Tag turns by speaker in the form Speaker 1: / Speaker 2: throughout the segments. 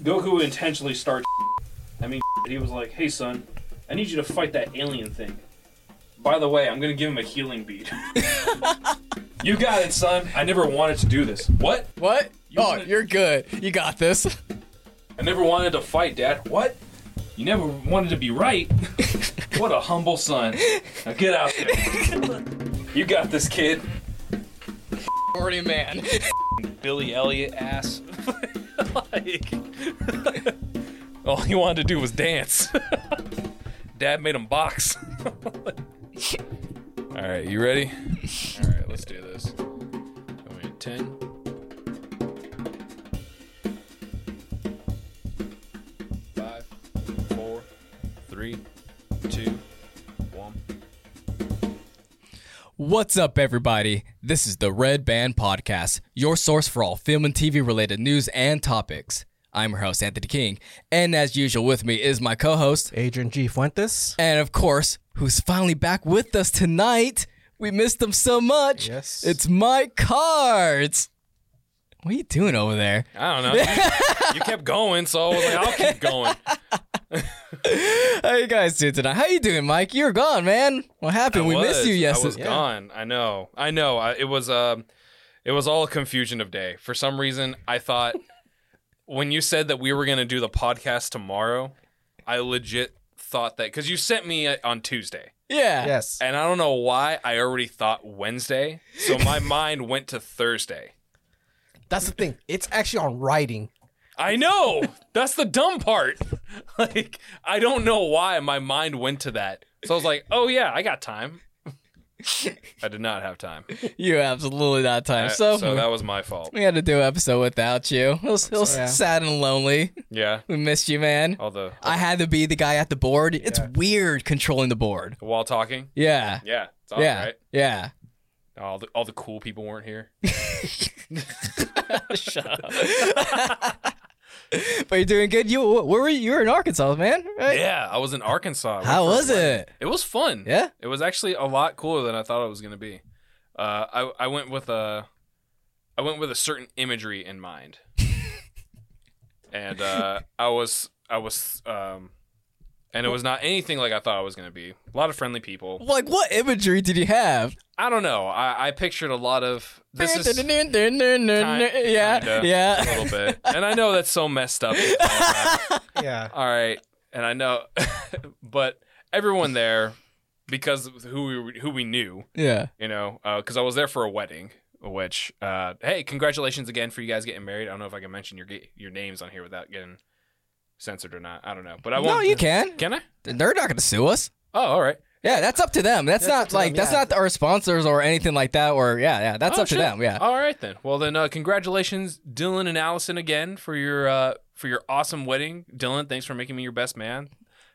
Speaker 1: Goku intentionally starts. I mean, he was like, "Hey, son, I need you to fight that alien thing." By the way, I'm gonna give him a healing bead. you got it, son. I never wanted to do this. What?
Speaker 2: What? oh,
Speaker 1: wanna-
Speaker 2: you're good. You got this.
Speaker 1: I never wanted to fight, Dad. What? You never wanted to be right. what a humble son. Now get out there. you got this, kid.
Speaker 2: Already man.
Speaker 3: Billy Elliot ass. like, all he wanted to do was dance. Dad made him box. all right, you ready? All right, let's do this. All right, ten. Five, four, three, two, one.
Speaker 2: What's up, everybody? This is the Red Band Podcast, your source for all film and TV related news and topics. I'm your host, Anthony King, and as usual, with me is my co host,
Speaker 4: Adrian G. Fuentes.
Speaker 2: and of course, who's finally back with us tonight. We missed him so much.
Speaker 4: Yes.
Speaker 2: It's Mike Cards. What are you doing over there?
Speaker 3: I don't know. you kept going, so I was like, I'll keep going.
Speaker 2: How you guys doing tonight? How you doing, Mike? You're gone, man. What happened?
Speaker 3: I
Speaker 2: we
Speaker 3: was.
Speaker 2: missed you
Speaker 3: I was
Speaker 2: yesterday.
Speaker 3: gone. I know. I know. I, it was um, it was all a confusion of day. For some reason, I thought when you said that we were going to do the podcast tomorrow, I legit thought that because you sent me uh, on Tuesday,
Speaker 2: Yeah.
Speaker 4: Yes.
Speaker 3: and I don't know why I already thought Wednesday, so my mind went to Thursday.
Speaker 4: That's the thing. It's actually on writing.
Speaker 3: I know. That's the dumb part. Like, I don't know why my mind went to that. So I was like, oh, yeah, I got time. I did not have time.
Speaker 2: You absolutely not time.
Speaker 3: I-
Speaker 2: so
Speaker 3: Uh, that was my fault.
Speaker 2: we had to do an episode without you. It was, it was
Speaker 4: sorry.
Speaker 2: sad and lonely.
Speaker 3: Yeah.
Speaker 2: We missed you, man.
Speaker 3: All the
Speaker 2: I had to be the guy at the board. It's
Speaker 4: Yeah.
Speaker 2: weird controlling the board.
Speaker 3: while talking.
Speaker 2: Yeah.
Speaker 3: Yeah. It's all right.
Speaker 2: Yeah. Yeah.
Speaker 3: All the all the cool people weren't here.
Speaker 2: Shut up. but you're doing good. You where were you? You were in Arkansas, man. Right?
Speaker 3: Yeah, I was in Arkansas. I went
Speaker 2: How
Speaker 3: for a
Speaker 2: was
Speaker 3: wedding.
Speaker 2: it?
Speaker 3: It was fun.
Speaker 2: Yeah.
Speaker 3: It was actually a lot cooler than I thought it was going to be. Uh, I I went with a I went with a certain imagery in mind, and uh, I was I was um, and it was not anything like I thought it was going to be. A lot of friendly people.
Speaker 2: Like what imagery did you have?
Speaker 3: I don't know. I, I pictured a lot of this is a
Speaker 2: yeah.
Speaker 3: kinda.
Speaker 2: Yeah.
Speaker 3: little bit, and I know that's so messed up.
Speaker 4: Yeah.
Speaker 3: all right and i know but everyone there because of who we, who we knew
Speaker 2: Yeah.
Speaker 3: you know because i was there for a wedding which uh, hey congratulations again for you guys getting married i don't know if i can mention your ga- your names on here without getting censored or not i don't know but i
Speaker 2: No,
Speaker 3: won't
Speaker 2: you can.
Speaker 3: can i
Speaker 2: They're not going to sue us.
Speaker 3: oh all right
Speaker 2: Yeah, that's up to them. That's,
Speaker 4: That's up
Speaker 2: not
Speaker 4: to them,
Speaker 2: like that's
Speaker 4: yeah.
Speaker 2: not our sponsors or anything like that. Or yeah, yeah, that's
Speaker 3: Oh,
Speaker 2: up
Speaker 3: shit.
Speaker 2: to them. Yeah.
Speaker 3: all right then well then uh, congratulations dylan and allison again for your uh, for your awesome wedding dylan thanks for making me your best man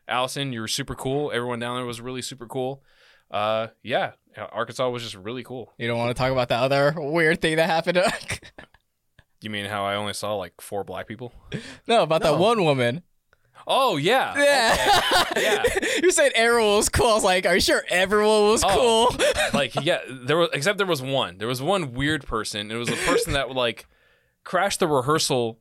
Speaker 3: allison you were super cool everyone down there was really super cool uh, yeah arkansas was just really cool
Speaker 2: You don't want to talk about the other weird thing that happened.
Speaker 3: You mean how I only saw like four black people?
Speaker 2: no, about that
Speaker 4: No.
Speaker 2: one woman.
Speaker 3: Oh yeah.
Speaker 2: Yeah.
Speaker 3: Okay. Yeah.
Speaker 2: you said everyone was cool. I was like, are you sure everyone was
Speaker 3: Oh.
Speaker 2: cool?
Speaker 3: Like yeah, there was except there was one. There was one weird person. It was a person that like crashed the rehearsal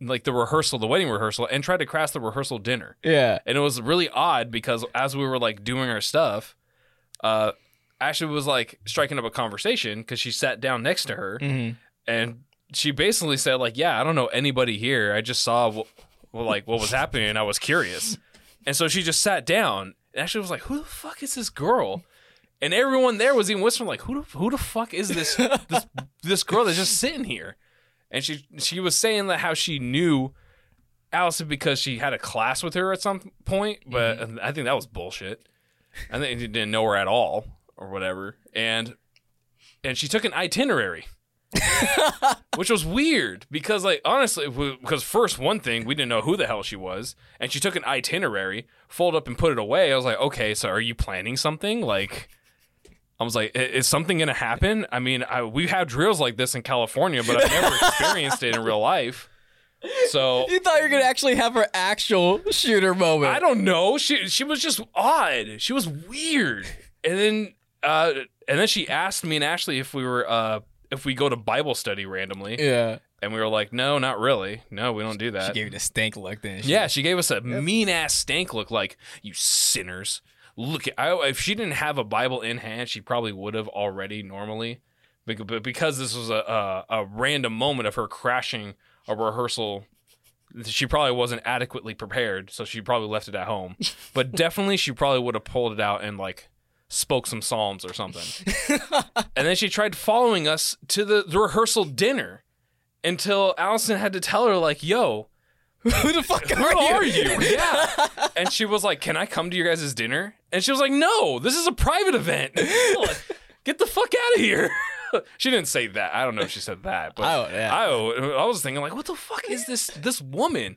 Speaker 3: like the rehearsal, the wedding rehearsal and tried to crash the rehearsal dinner.
Speaker 2: yeah.
Speaker 3: And it was really odd because as we were like doing our stuff, uh Ashley was like striking up a conversation cuz she sat down next to her
Speaker 2: Mhm.
Speaker 3: and she basically said like yeah i don't know anybody here i just saw wh- well, like what was happening and i was curious and so she just sat down and actually was like who the fuck is this girl and everyone there was even whispering like who the, who the fuck is this this this girl that's just sitting here and she she was saying that how she knew Allison because she had a class with her at some point, but I think that was bullshit. I think she didn't know her at all or whatever, and and she took an itinerary, which was weird because like honestly, w- because first one thing we didn't know who the hell she was, and she took an itinerary, fold up and put it away. I was like, okay, so are you planning something like? I was like, "I- is something going to happen? I mean, I, we have drills like this in California, but I've never experienced it in real life. So
Speaker 2: You thought you were gonna actually have her actual shooter moment.
Speaker 3: I don't know. She she was just odd. She was weird. And then uh and then she asked me and Ashley if we were uh if we go to Bible study randomly.
Speaker 2: yeah.
Speaker 3: And we were like, no, not really. No, we don't do that.
Speaker 2: She gave you the stank look then.
Speaker 3: yeah, she gave us a mean ass stank look like, you sinners. Look, at, I, if she didn't have a Bible in hand, she probably would have already normally. Bec- But because this was a, a, a random moment of her crashing a rehearsal, she probably wasn't adequately prepared. So she probably left it at home. But definitely, she probably would have pulled it out and like spoke some psalms or something. and then she tried following us to the, the rehearsal dinner until Allison had to tell her, like, yo,
Speaker 2: Who the fuck
Speaker 3: who are you? Yeah. and she was like, Can I come to your guys' dinner? And she was like, No, this is a private event. Get the fuck out of here. she didn't say that. I don't know if she said that, but
Speaker 2: Oh, yeah.
Speaker 3: I, I was thinking like, what the fuck is this this woman?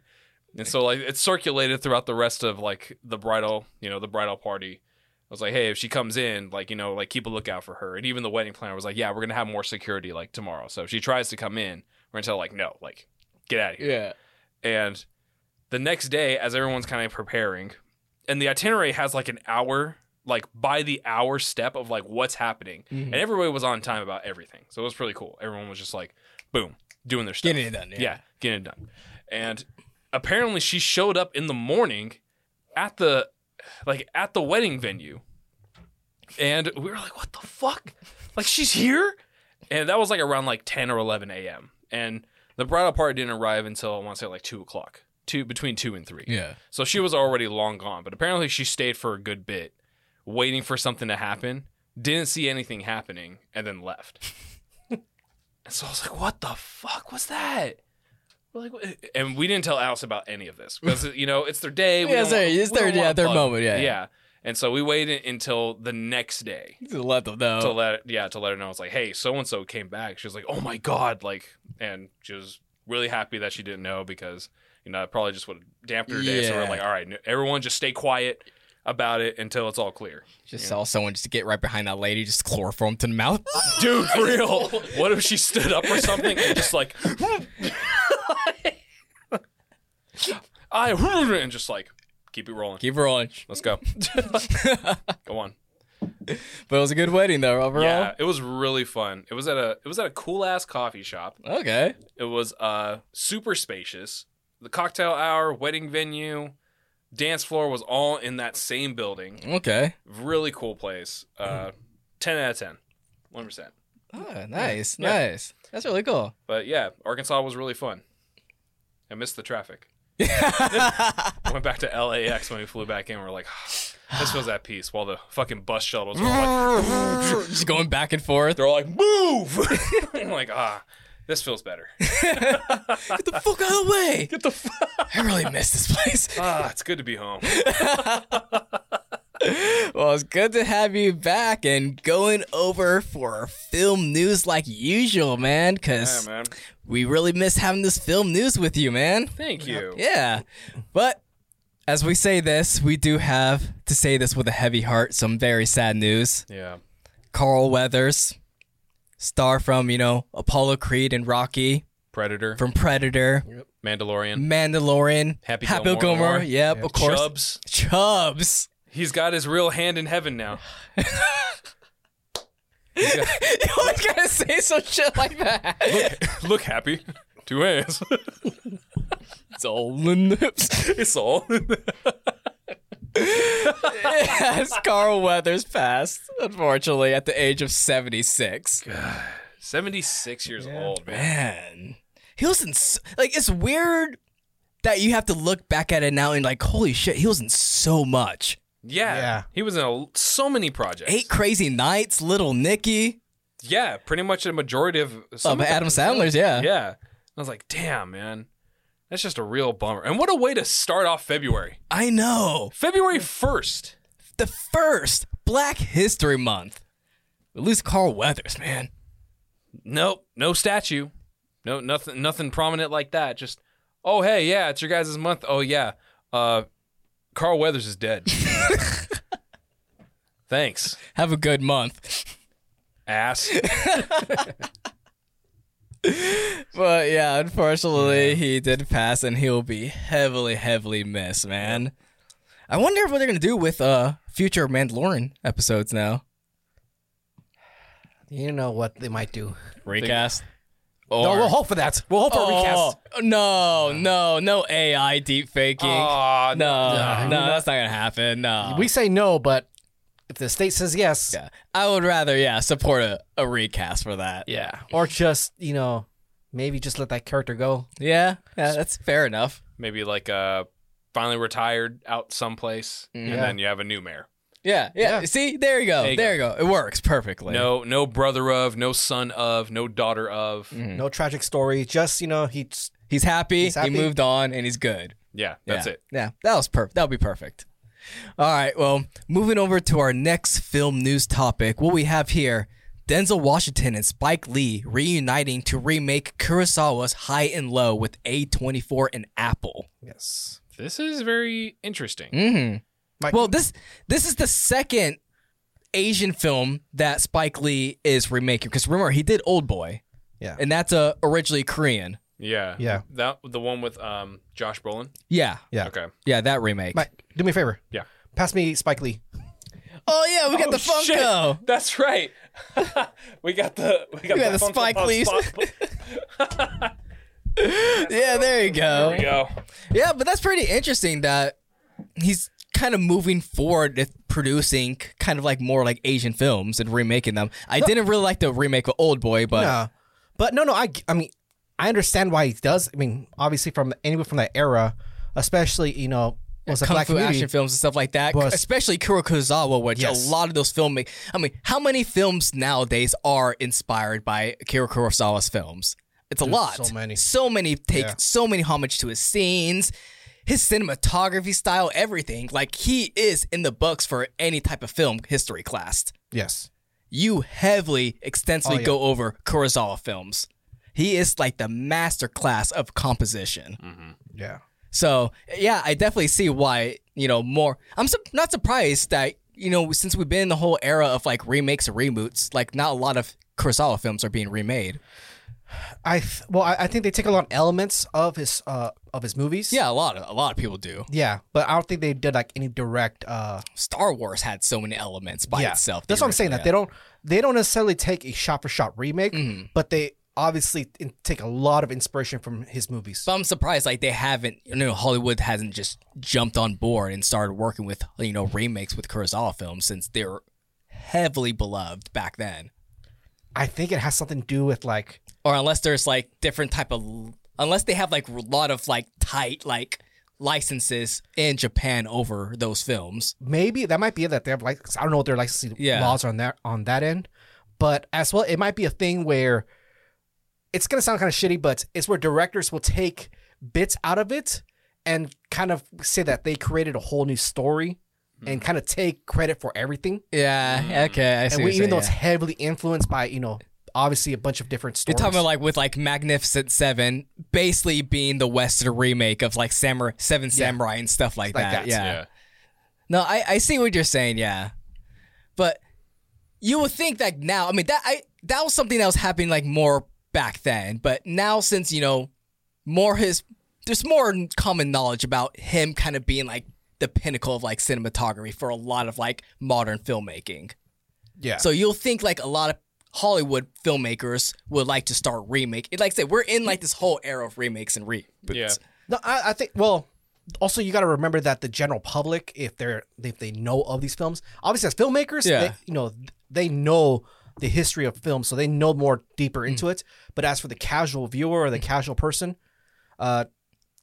Speaker 3: And so like it circulated throughout the rest of like the bridal, you know, the bridal party. I was like, hey, if she comes in, like, you know, like keep a lookout for her. And even the wedding planner was like, yeah, we're gonna have more security like tomorrow. So if she tries to come in, we're gonna tell her like, no, like, get out of here.
Speaker 2: Yeah.
Speaker 3: And the next day, as everyone's kind of preparing, and the itinerary has like an hour, like by the hour step of like what's happening.
Speaker 2: Mm-hmm.
Speaker 3: And everybody was on time about everything. So it was pretty cool. Everyone was just like, boom, doing their stuff.
Speaker 2: Getting it done. Yeah.
Speaker 3: yeah. getting it done. And apparently she showed up in the morning at the like at the wedding venue. And we were like, what the fuck? Like she's here? And that was like around like 10 or 11 a.m. And the bridal party didn't arrive until I want to say like two o'clock, two between two and three.
Speaker 2: Yeah.
Speaker 3: So she was already long gone, but apparently she stayed for a good bit, waiting for something to happen, didn't see anything happening, and then left. and so I was like, what the fuck was that? We're like, "What-" and we didn't tell Alice about any of this because, you know, it's their day. We
Speaker 2: Yeah,
Speaker 3: don't
Speaker 2: it's their-
Speaker 3: wanna-
Speaker 2: it's
Speaker 3: we don't
Speaker 2: their- yeah,
Speaker 3: wanna
Speaker 2: their
Speaker 3: bug
Speaker 2: moment,
Speaker 3: them.
Speaker 2: yeah.
Speaker 3: Yeah. And so we waited until the next day
Speaker 2: Just let them know.
Speaker 3: to let yeah to let her know it's like hey so and so came back she was like oh my god like and she was really happy that she didn't know because you know it probably just would have dampened her day so we're
Speaker 2: Yeah.
Speaker 3: like all right n- everyone just stay quiet about it until it's all clear
Speaker 2: just saw someone just get right behind that lady, just chloroform to the mouth.
Speaker 3: dude for real what if she stood up or something and just like i and just like keep it rolling
Speaker 2: Keep rolling.
Speaker 3: let's go go on
Speaker 2: But it was a good wedding though overall.
Speaker 3: yeah it was really fun it was at a it was at a cool ass coffee shop
Speaker 2: Okay.
Speaker 3: It was uh super spacious. The cocktail hour, wedding venue, dance floor was all in that same building.
Speaker 2: Okay.
Speaker 3: Really cool place. Uh, ten out of ten. One percent.
Speaker 2: Oh, nice,
Speaker 3: Yeah.
Speaker 2: nice. That's really cool.
Speaker 3: But yeah, Arkansas was really fun. I missed the traffic. I went back to LAX when we flew back in. We are like, "Ah, this was that piece. While the fucking bus shuttles were like,
Speaker 2: just going back and forth.
Speaker 3: they're all like, move. I'm like, ah, this feels better.
Speaker 2: Get the fuck out of the way.
Speaker 3: Get the fuck.
Speaker 2: I really miss this place.
Speaker 3: Ah, it's good to be home.
Speaker 2: Well, it's good to have you back and going over for film news like usual, man,
Speaker 3: Yeah,
Speaker 2: because
Speaker 3: man.
Speaker 2: we really miss having this film news with you, man.
Speaker 3: Thank you.
Speaker 2: Yeah. But as we say this, we do have to say this with a heavy heart some very sad news.
Speaker 3: Yeah.
Speaker 2: Carl Weathers, star from, you know, Apollo Creed and Rocky,
Speaker 3: Predator.
Speaker 2: from Predator,
Speaker 3: Mandalorian.
Speaker 2: Mandalorian,
Speaker 3: Happy
Speaker 2: Bill Gilmore.
Speaker 3: Gilmore.
Speaker 2: Yep, Mm, of course.
Speaker 3: Chubbs.
Speaker 2: Chubbs.
Speaker 3: He's got his real hand in heaven now. He's got-
Speaker 2: you always gotta say some shit like that.
Speaker 3: look, look happy. Two hands.
Speaker 2: it's all in the
Speaker 3: it's all.
Speaker 2: Yes, Carl Weathers passed, unfortunately, at the age of 76.
Speaker 3: 76 years old, man.
Speaker 2: Man, he was in s like it's weird that you have to look back at it now and like, holy shit, he was in so much.
Speaker 3: Yeah.
Speaker 4: Yeah.
Speaker 3: He was in a, so many projects.
Speaker 2: Eight Crazy Nights, Little Nicky,
Speaker 3: Yeah, pretty much a majority of
Speaker 2: um,
Speaker 3: some of
Speaker 2: Adam Sandler's, yeah.
Speaker 3: the- Yeah. I was like, damn, man. That's just a real bummer. And what a way to start off February.
Speaker 2: I know.
Speaker 3: February 1st.
Speaker 2: The first Black History Month. At least Carl Weathers, man.
Speaker 3: Nope, no statue. No nothing nothing prominent like that. Just oh hey, yeah, it's your guys' month. Oh yeah. Uh Carl Weathers is dead. Thanks,
Speaker 2: Have a good month.
Speaker 3: ass.
Speaker 2: But yeah, unfortunately, he did pass and he'll be heavily, heavily missed, man. I wonder what they're going to do with uh future Mandalorian episodes now.
Speaker 4: You know what they might do?
Speaker 2: Recast.
Speaker 4: No,
Speaker 2: Or
Speaker 4: we'll hope for that. We'll hope for a recast.
Speaker 2: Oh, no, no, no AI deep faking.
Speaker 3: Aw,
Speaker 2: no, no, that's not gonna happen. No,
Speaker 4: We say no, but if the state says yes,
Speaker 2: Yeah. I would rather, yeah, support a, a recast for that.
Speaker 3: Yeah.
Speaker 4: or just you know, maybe just let that character go.
Speaker 2: yeah, yeah, that's fair enough.
Speaker 3: Maybe like uh finally retired out someplace and
Speaker 4: Yeah.
Speaker 3: then you have a new mayor.
Speaker 2: Yeah, yeah.
Speaker 4: Yeah.
Speaker 2: See, there you go,
Speaker 3: There
Speaker 2: there
Speaker 3: you
Speaker 2: you, go. It works perfectly.
Speaker 3: No no brother of, no son of, no daughter of.
Speaker 2: Hmm.
Speaker 4: No tragic story. Just you know, he just,
Speaker 2: he's happy.
Speaker 4: He's happy.
Speaker 2: He moved on, and he's good.
Speaker 3: Yeah, that's
Speaker 2: yeah.
Speaker 3: it.
Speaker 2: Yeah, that was perfect. That would be perfect. All right. Well, moving over to our next film news topic, what we have here: Denzel Washington and Spike Lee reuniting to remake Kurosawa's High and Low with A24 and Apple.
Speaker 4: yes.
Speaker 3: This is very interesting.
Speaker 2: Mm-hmm.
Speaker 4: Mike-
Speaker 2: well, this this is the second Asian film that Spike Lee is remaking. Because remember, he did Old Boy,
Speaker 4: Yeah.
Speaker 2: and that's uh, originally Korean.
Speaker 3: Yeah.
Speaker 4: Yeah.
Speaker 3: That the one with um Josh Brolin.
Speaker 2: Yeah,
Speaker 4: Yeah.
Speaker 3: Okay.
Speaker 2: yeah, that remake.
Speaker 4: Mike, do me a favor.
Speaker 3: Yeah.
Speaker 4: Pass me Spike Lee.
Speaker 2: oh yeah, we got the
Speaker 3: Oh, shit.
Speaker 2: Funko.
Speaker 3: That's right. we got the we got
Speaker 2: We got
Speaker 3: the,
Speaker 2: the
Speaker 3: Funko
Speaker 2: Spike
Speaker 3: Pop
Speaker 2: Lees.
Speaker 3: spot-
Speaker 2: Yeah, there you go.
Speaker 3: There we go.
Speaker 2: Yeah, but that's pretty interesting that he's kind of moving forward with producing kind of like more like Asian films and remaking them. I didn't really like the remake of Old Boy, but
Speaker 4: No, but no, no. I, I mean, I understand why he does. I mean, obviously from anyone from that era, especially you know, was a
Speaker 2: kung
Speaker 4: black
Speaker 2: fu
Speaker 4: community.
Speaker 2: action films and stuff like that,
Speaker 4: Was-
Speaker 2: especially Kuro Kurosawa, which
Speaker 4: Yes.
Speaker 2: a lot of those filmmaking. I mean, how many films nowadays are inspired by Kuro Kurosawa's films? It's a lot.
Speaker 4: so many.
Speaker 2: So many take
Speaker 4: Yeah.
Speaker 2: so many homage to his scenes, his cinematography style, everything. Like he is in the books for any type of film history class.
Speaker 4: Yes.
Speaker 2: You heavily extensively
Speaker 4: Oh, yeah.
Speaker 2: go over Kurosawa films. He is like the master class of composition.
Speaker 4: Yeah.
Speaker 2: So yeah, I definitely see why you know more. I'm su- not surprised that you know since we've been in the whole era of like remakes and reboots, like not a lot of Kurosawa films are being remade.
Speaker 4: I th- well, I, I think they take a lot of elements of his uh of his movies.
Speaker 2: Yeah, a lot of a lot of people do.
Speaker 4: Yeah, but I don't think they did like any direct. uh
Speaker 2: Star Wars had so many elements by
Speaker 4: Yeah,
Speaker 2: itself.
Speaker 4: that's
Speaker 2: the
Speaker 4: what I'm saying. That they
Speaker 2: original,
Speaker 4: don't they don't necessarily take a shot for shot remake,
Speaker 2: Mm-hmm.
Speaker 4: but they obviously in- take a lot of inspiration from his movies.
Speaker 2: yeah. But I'm surprised like they haven't. You know, Hollywood hasn't just jumped on board and started working with you know remakes with Kurosawa films since they were heavily beloved back then.
Speaker 4: I think it has something to do with like
Speaker 2: or unless there's like different type of unless they have like a lot of like tight like licenses in Japan over those films.
Speaker 4: maybe that might be it that they have like I don't know what their licensing
Speaker 2: Yeah.
Speaker 4: laws are on that on that end, but as well it might be a thing where it's gonna sound kind of shitty, but it's where directors will take bits out of it and kind of say that they created a whole new story and kind of take credit for everything,
Speaker 2: Yeah, okay, Mm. I see.
Speaker 4: Mm. and we, even though it's heavily influenced by you know obviously a bunch of different
Speaker 2: you're
Speaker 4: stories.
Speaker 2: talking about like with like Magnificent Seven basically being the Western remake of like Samurai Seven Samurai and stuff like,
Speaker 4: Like
Speaker 2: that.
Speaker 4: that,
Speaker 2: Yeah.
Speaker 3: Yeah.
Speaker 2: No, I, I see what you're saying, yeah. But you would think that now I mean that I that was something that was happening like more back then, but now since, you know, more his there's more common knowledge about him kind of being like the pinnacle of like cinematography for a lot of like modern filmmaking.
Speaker 4: yeah,
Speaker 2: So you'll think like a lot of Hollywood filmmakers would like to start remake. Like I said, we're in like this whole era of remakes and reboots.
Speaker 3: Yeah.
Speaker 4: No, I, I think. Well, also you got to remember that the general public, if they're if they know of these films, obviously as filmmakers,
Speaker 2: Yeah.
Speaker 4: they, you know they know the history of film, so they know more deeper
Speaker 2: Mm.
Speaker 4: into it. But as for the casual viewer or the casual person, uh,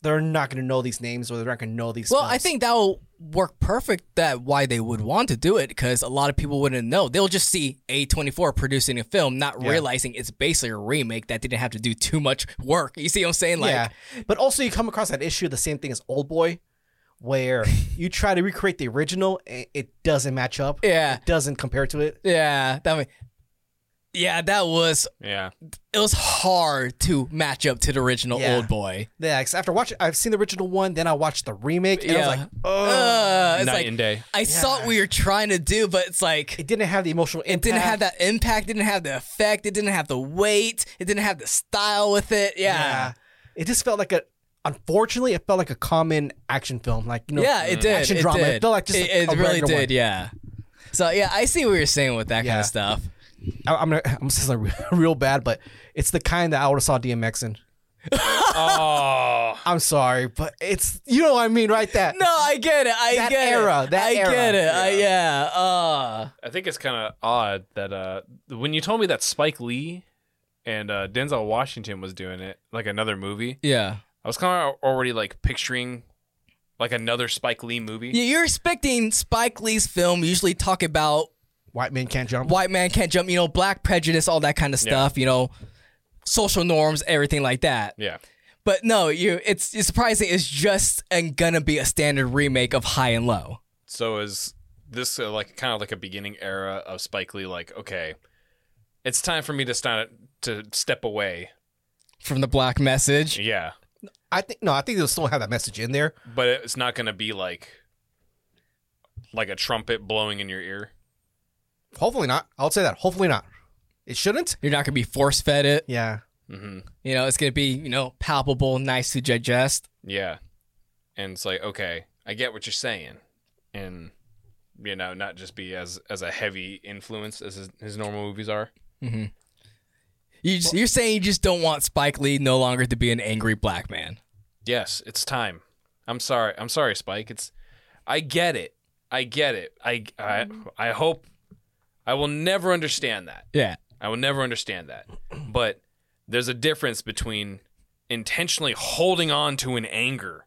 Speaker 4: they're not going to know these names or they're not going to know these.
Speaker 2: Well,
Speaker 4: films.
Speaker 2: I think that will work perfect. That why they would want to do it because a lot of people wouldn't know. They'll just see a twenty four producing a film, not realizing it's basically a remake that didn't have to do too much work. You see what I'm saying? Like,
Speaker 4: yeah. But also you come across that issue, the same thing as Old Boy, where you try to recreate the original, and it doesn't match up.
Speaker 2: Yeah.
Speaker 4: it doesn't compare to it.
Speaker 2: yeah, that. wa- yeah, that was
Speaker 3: Yeah.
Speaker 2: it was hard to match up to the original
Speaker 4: Yeah.
Speaker 2: old boy.
Speaker 4: Yeah, 'cause after watching, I've seen the original one, then I watched the remake, and I
Speaker 2: Yeah.
Speaker 4: was like, oh.
Speaker 2: Uh, it's
Speaker 3: Night
Speaker 2: like
Speaker 3: and day.
Speaker 2: I saw what we were trying to do, but it's like
Speaker 4: it didn't have the emotional impact.
Speaker 2: didn't have that impact, didn't have the effect, it didn't have the weight, it didn't have the style with it. yeah.
Speaker 4: Yeah. It just felt like a. Unfortunately, it felt like a common action film. Like you know,
Speaker 2: yeah, it did.
Speaker 4: Action
Speaker 2: it
Speaker 4: drama.
Speaker 2: Did.
Speaker 4: It felt like just
Speaker 2: it,
Speaker 4: a,
Speaker 2: it
Speaker 4: a
Speaker 2: really
Speaker 4: regular
Speaker 2: did.
Speaker 4: one.
Speaker 2: Yeah. So yeah, I see what you're saying with that kind
Speaker 4: Yeah.
Speaker 2: of stuff.
Speaker 4: I, I'm gonna, I'm just like real bad, but it's the kind that I would have saw DMX in.
Speaker 3: Oh,
Speaker 4: I'm sorry, but it's you know what I mean, right? That
Speaker 2: No, I get it. I
Speaker 4: That
Speaker 2: get
Speaker 4: era,
Speaker 2: it.
Speaker 4: that
Speaker 2: I
Speaker 4: era.
Speaker 2: get it. I, yeah. Uh,
Speaker 3: I think it's kind of odd that uh, when you told me that Spike Lee and uh, Denzel Washington was doing it, like another movie,
Speaker 2: yeah.
Speaker 3: I was kind of already like picturing like another Spike Lee movie.
Speaker 2: Yeah, You're expecting Spike Lee's film usually talk about
Speaker 4: white man can't jump.
Speaker 2: white man can't jump, you know, black prejudice, all that kind of stuff, you know, social norms, everything like that.
Speaker 3: Yeah.
Speaker 2: But no, you it's, it's surprising. It's just and gonna be a standard remake of High and Low.
Speaker 3: So is this uh, like kind of like a beginning era of Spike Lee? Like, okay, it's time for me to start to step away.
Speaker 2: from the black message.
Speaker 3: Yeah,
Speaker 4: I think no, I think they'll still have that message in there.
Speaker 3: but it's not gonna be like like a trumpet blowing in your ear.
Speaker 4: Hopefully not. I'll say that. Hopefully not. It shouldn't.
Speaker 2: You're not gonna be force fed it.
Speaker 4: Yeah.
Speaker 3: hmm
Speaker 2: You know, it's gonna be you know palpable, nice to digest.
Speaker 3: Yeah, and it's like, okay, I get what you're saying, and you know, not just be as as a heavy influence as his, his normal movies are.
Speaker 2: You just, you're saying you just don't want Spike Lee no longer to be an angry black man.
Speaker 3: Yes, it's time. I'm sorry. I'm sorry, Spike. It's I get it. I get it. I I I hope I will never understand that.
Speaker 2: Yeah,
Speaker 3: I will never understand that. But there's a difference between intentionally holding on to an anger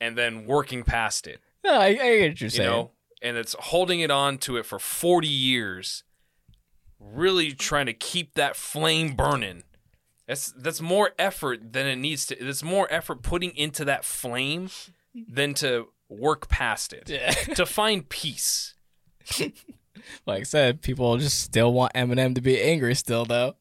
Speaker 3: and then working past it,
Speaker 2: no, I, I get what you're
Speaker 3: you
Speaker 2: saying.
Speaker 3: know? And it's holding it on to it for 40 years, really trying to keep that flame burning. That's that's more effort than it needs to. That's more effort putting into that flame than to work past it.
Speaker 2: Yeah.
Speaker 3: to find peace.
Speaker 2: like I said, people just still want Eminem to be angry still, though.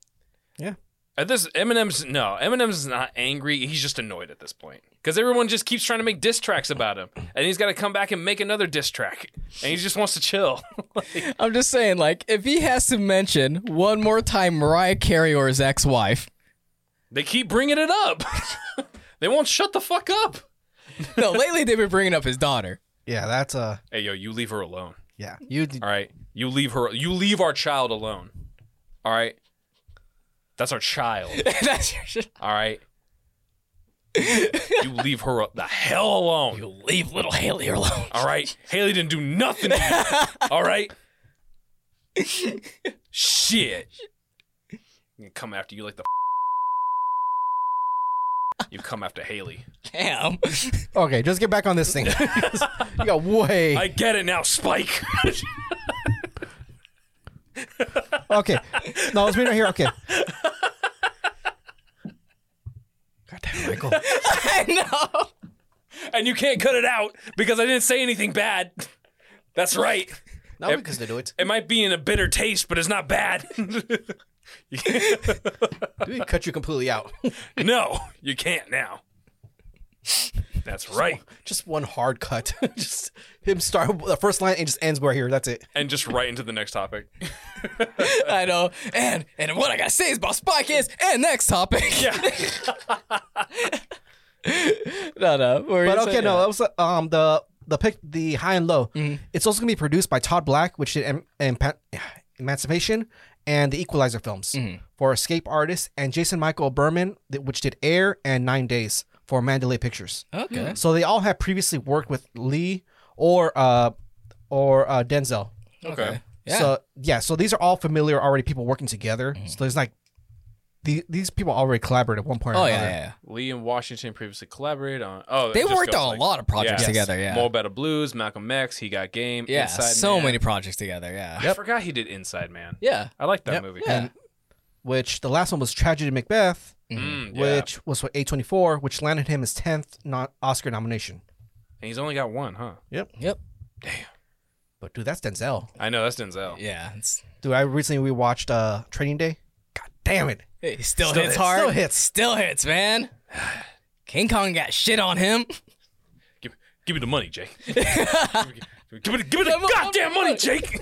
Speaker 3: At this, Eminem's no, Eminem's not angry. He's just annoyed at this point because everyone just keeps trying to make diss tracks about him, and he's got to come back and make another diss track, and he just wants to chill.
Speaker 2: I'm just saying, like, if he has to mention one more time Mariah Carey or his ex-wife,
Speaker 3: they keep bringing it up. they won't shut the fuck up.
Speaker 2: no, lately they've been bringing up his daughter.
Speaker 4: Yeah. That's uh.
Speaker 3: Hey yo, you leave her alone.
Speaker 4: Yeah. You. d-
Speaker 3: All right, you leave her. You leave our child alone. All right, that's our child.
Speaker 2: That's your
Speaker 3: All right, you leave her the hell alone.
Speaker 2: leave little Haley alone.
Speaker 3: All right. Haley didn't do nothing to you. All right. Shit. I'm gonna come after you like the. you come after Haley.
Speaker 2: Damn.
Speaker 4: Okay. Just get back on this thing. you got way.
Speaker 3: I get it now, Spike.
Speaker 4: Okay. No, it's me right here. Okay. God damn, Michael.
Speaker 2: I know.
Speaker 3: and you can't cut it out because I didn't say anything bad. That's right.
Speaker 4: Not because they do it.
Speaker 3: It might be in a bitter taste, but it's not bad.
Speaker 4: We cut you completely out.
Speaker 3: no, you can't now. That's right.
Speaker 4: Just one hard cut. just him start the first line and just ends right here. That's it.
Speaker 3: And just right into the next topic.
Speaker 2: I know. And and what I gotta say is about Spike is and next topic.
Speaker 3: Yeah.
Speaker 2: no, no. what were you
Speaker 4: But okay,
Speaker 2: saying?
Speaker 4: no, that was uh, um the the pick the high and low. It's also gonna be produced by Todd Black, which did em- Empa- Emancipation and the Equalizer films for Escape Artists, and Jason Michael Berman, th- which did Air and Nine Days for Mandalay Pictures.
Speaker 2: Okay.
Speaker 4: So they all have previously worked with Lee or uh or uh, Denzel.
Speaker 3: Hmm, Okay.
Speaker 2: Yeah. Mm-hmm.
Speaker 4: So yeah, so these are all familiar already people working together. So there's like the, these people already collaborated at one point or
Speaker 2: oh yeah,
Speaker 4: another.
Speaker 2: yeah, yeah.
Speaker 3: Lee and Washington previously collaborated on. Oh,
Speaker 2: They worked on a lot of projects
Speaker 3: Yeah.
Speaker 2: together. Yeah.
Speaker 3: More Better Blues, Malcolm X, He Got Game,
Speaker 2: yeah.
Speaker 3: Inside
Speaker 2: so
Speaker 3: Man.
Speaker 2: many projects together. Yeah.
Speaker 3: I forgot he did Inside Man.
Speaker 2: Yeah.
Speaker 3: I like that
Speaker 4: Yep.
Speaker 3: movie.
Speaker 2: Yeah.
Speaker 4: Which the last one was Tragedy Macbeth,
Speaker 3: Mm, yeah.
Speaker 4: which was for A24, which landed him his 10th non- Oscar nomination.
Speaker 3: and he's only got one, huh?
Speaker 2: Yep.
Speaker 4: But dude, that's Denzel.
Speaker 3: I know that's Denzel.
Speaker 2: Yeah. It's,
Speaker 4: Dude, I recently rewatched uh, Training Day. God damn it.
Speaker 2: it still,
Speaker 4: Still
Speaker 2: hits
Speaker 4: hits,
Speaker 2: hard.
Speaker 4: still hits.
Speaker 2: Still hits, man. King Kong got shit on him.
Speaker 3: Give, give me the money, Jake. give, me, give me the, give me the
Speaker 2: Come on,
Speaker 3: goddamn
Speaker 2: come on.
Speaker 3: money, Jake.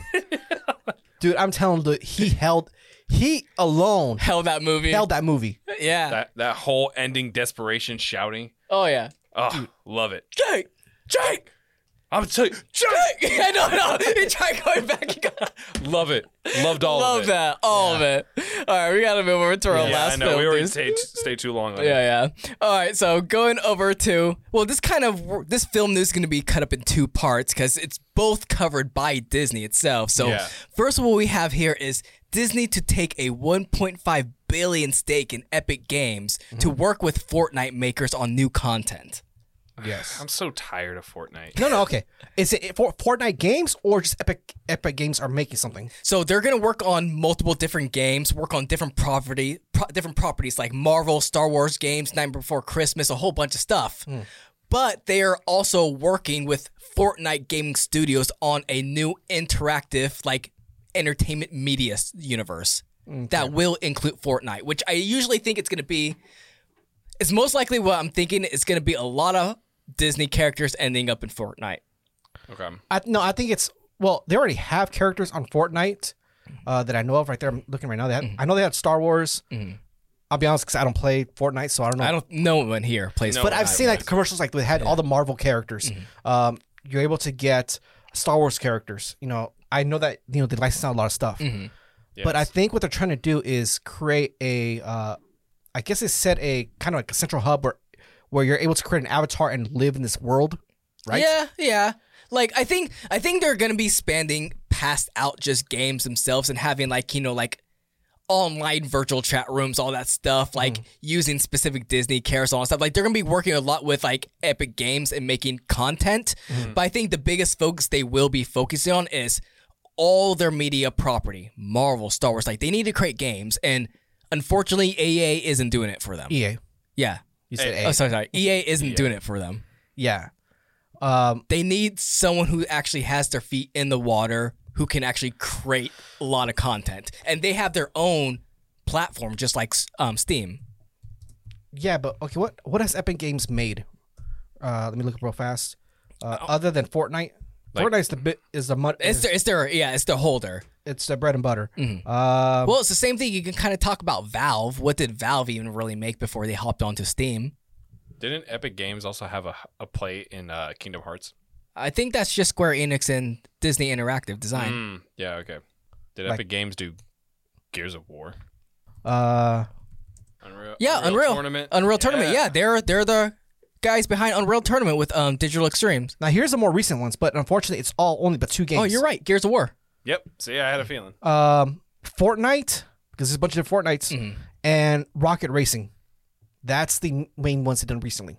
Speaker 4: Dude, I'm telling you, he held, he alone
Speaker 2: Hell, that movie.
Speaker 4: held that movie.
Speaker 2: Yeah.
Speaker 3: that that whole ending desperation shouting.
Speaker 2: oh yeah.
Speaker 3: Oh, love it.
Speaker 2: Jake. Jake.
Speaker 3: I'm telling you, Jack!
Speaker 2: yeah, no, no. He tried going back. He got,
Speaker 3: love it. Loved all
Speaker 2: love
Speaker 3: of it.
Speaker 2: that. All of it. All right, we got to move over to our
Speaker 3: Yeah,
Speaker 2: last
Speaker 3: I know.
Speaker 2: film.
Speaker 3: We already
Speaker 2: dude.
Speaker 3: stayed, stayed too long on it.
Speaker 2: Yeah, yeah. All right, so going over to well, this kind of this film news is going to be cut up in two parts because it's both covered by Disney itself. So
Speaker 3: Yeah.
Speaker 2: first, what we have here is Disney to take a 1.5 billion stake in Epic Games to
Speaker 3: Mm-hmm.
Speaker 2: work with Fortnite makers on new content.
Speaker 4: Yes.
Speaker 3: I'm so tired of Fortnite.
Speaker 4: No, no, okay. Is it for Fortnite games or just Epic Epic Games are making something?
Speaker 2: So they're going to work on multiple different games, work on different property, pro- different properties like Marvel, Star Wars games, Night Before Christmas, a whole bunch of stuff.
Speaker 4: Hmm.
Speaker 2: But they are also working with Fortnite Gaming Studios on a new interactive, like entertainment media s- universe that will include Fortnite, which I usually think it's going to be. It's most likely what I'm thinking. It's going to be a lot of Disney characters ending up in Fortnite.
Speaker 3: Okay.
Speaker 4: I, no, I think it's well, they already have characters on Fortnite uh, that I know of right there. I'm looking right now. They had, I know they had Star Wars. I'll be honest, because I don't play Fortnite, so Mm-hmm. I don't know.
Speaker 2: I don't. No one here plays.
Speaker 3: No
Speaker 2: Fortnite.
Speaker 4: but I've seen like the commercials, like they had all the Marvel characters. Um, you're able to get Star Wars characters. You know, I know that you know they license out a lot of stuff, but I think what they're trying to do is create a, uh, I guess they set a kind of like a central hub where, where you're able to create an avatar and live in this world, right?
Speaker 2: Yeah, yeah. Like I think I think they're gonna be expanding past out just games themselves and having like you know like online virtual chat rooms, all that stuff. Like
Speaker 4: Mm.
Speaker 2: using specific Disney carousel and stuff. Like they're gonna be working a lot with like Epic Games and making content.
Speaker 4: Mm.
Speaker 2: But I think the biggest focus they will be focusing on is all their media property, Marvel, Star Wars. Like they need to create games, and unfortunately, EA isn't doing it for them.
Speaker 4: EA.
Speaker 2: Yeah.
Speaker 4: You said
Speaker 2: Oh,
Speaker 4: E A.
Speaker 2: sorry, sorry. EA isn't doing it for them
Speaker 4: Yeah. Um,
Speaker 2: they need someone who actually has their feet in the water who can actually create a lot of content and they have their own platform just like um, steam
Speaker 4: yeah, but okay, what what has Epic Games made? Uh, let me look up real fast. Uh, Other than Fortnite,
Speaker 3: Like-
Speaker 4: Fortnite's the bit is the mud.
Speaker 2: Oh. it's Mm-hmm.
Speaker 4: It's,
Speaker 2: their, it's their yeah it's their holder
Speaker 4: the bread and butter. Um,
Speaker 2: well it's the same thing you can kind of talk about valve what did valve even really make before they hopped onto steam
Speaker 3: Didn't Epic Games also have a, a play in uh, Kingdom Hearts?
Speaker 2: i think that's just square enix and disney interactive design
Speaker 3: Mm, yeah, okay. Did
Speaker 4: Like-
Speaker 3: Epic Games do Gears of War?
Speaker 4: uh,
Speaker 3: Unreal,
Speaker 2: yeah unreal
Speaker 3: Tournament.
Speaker 2: unreal tournament yeah they're they're the guys behind unreal tournament with um digital extremes
Speaker 4: Now here's the more recent ones, but unfortunately, it's all only but two games.
Speaker 2: oh you're right gears of war
Speaker 3: Yep. See, I had a feeling.
Speaker 4: right. Um, Fortnite because there's a bunch of different Fortnites
Speaker 2: Mm-hmm.
Speaker 4: and Rocket Racing. That's the main ones they've done recently.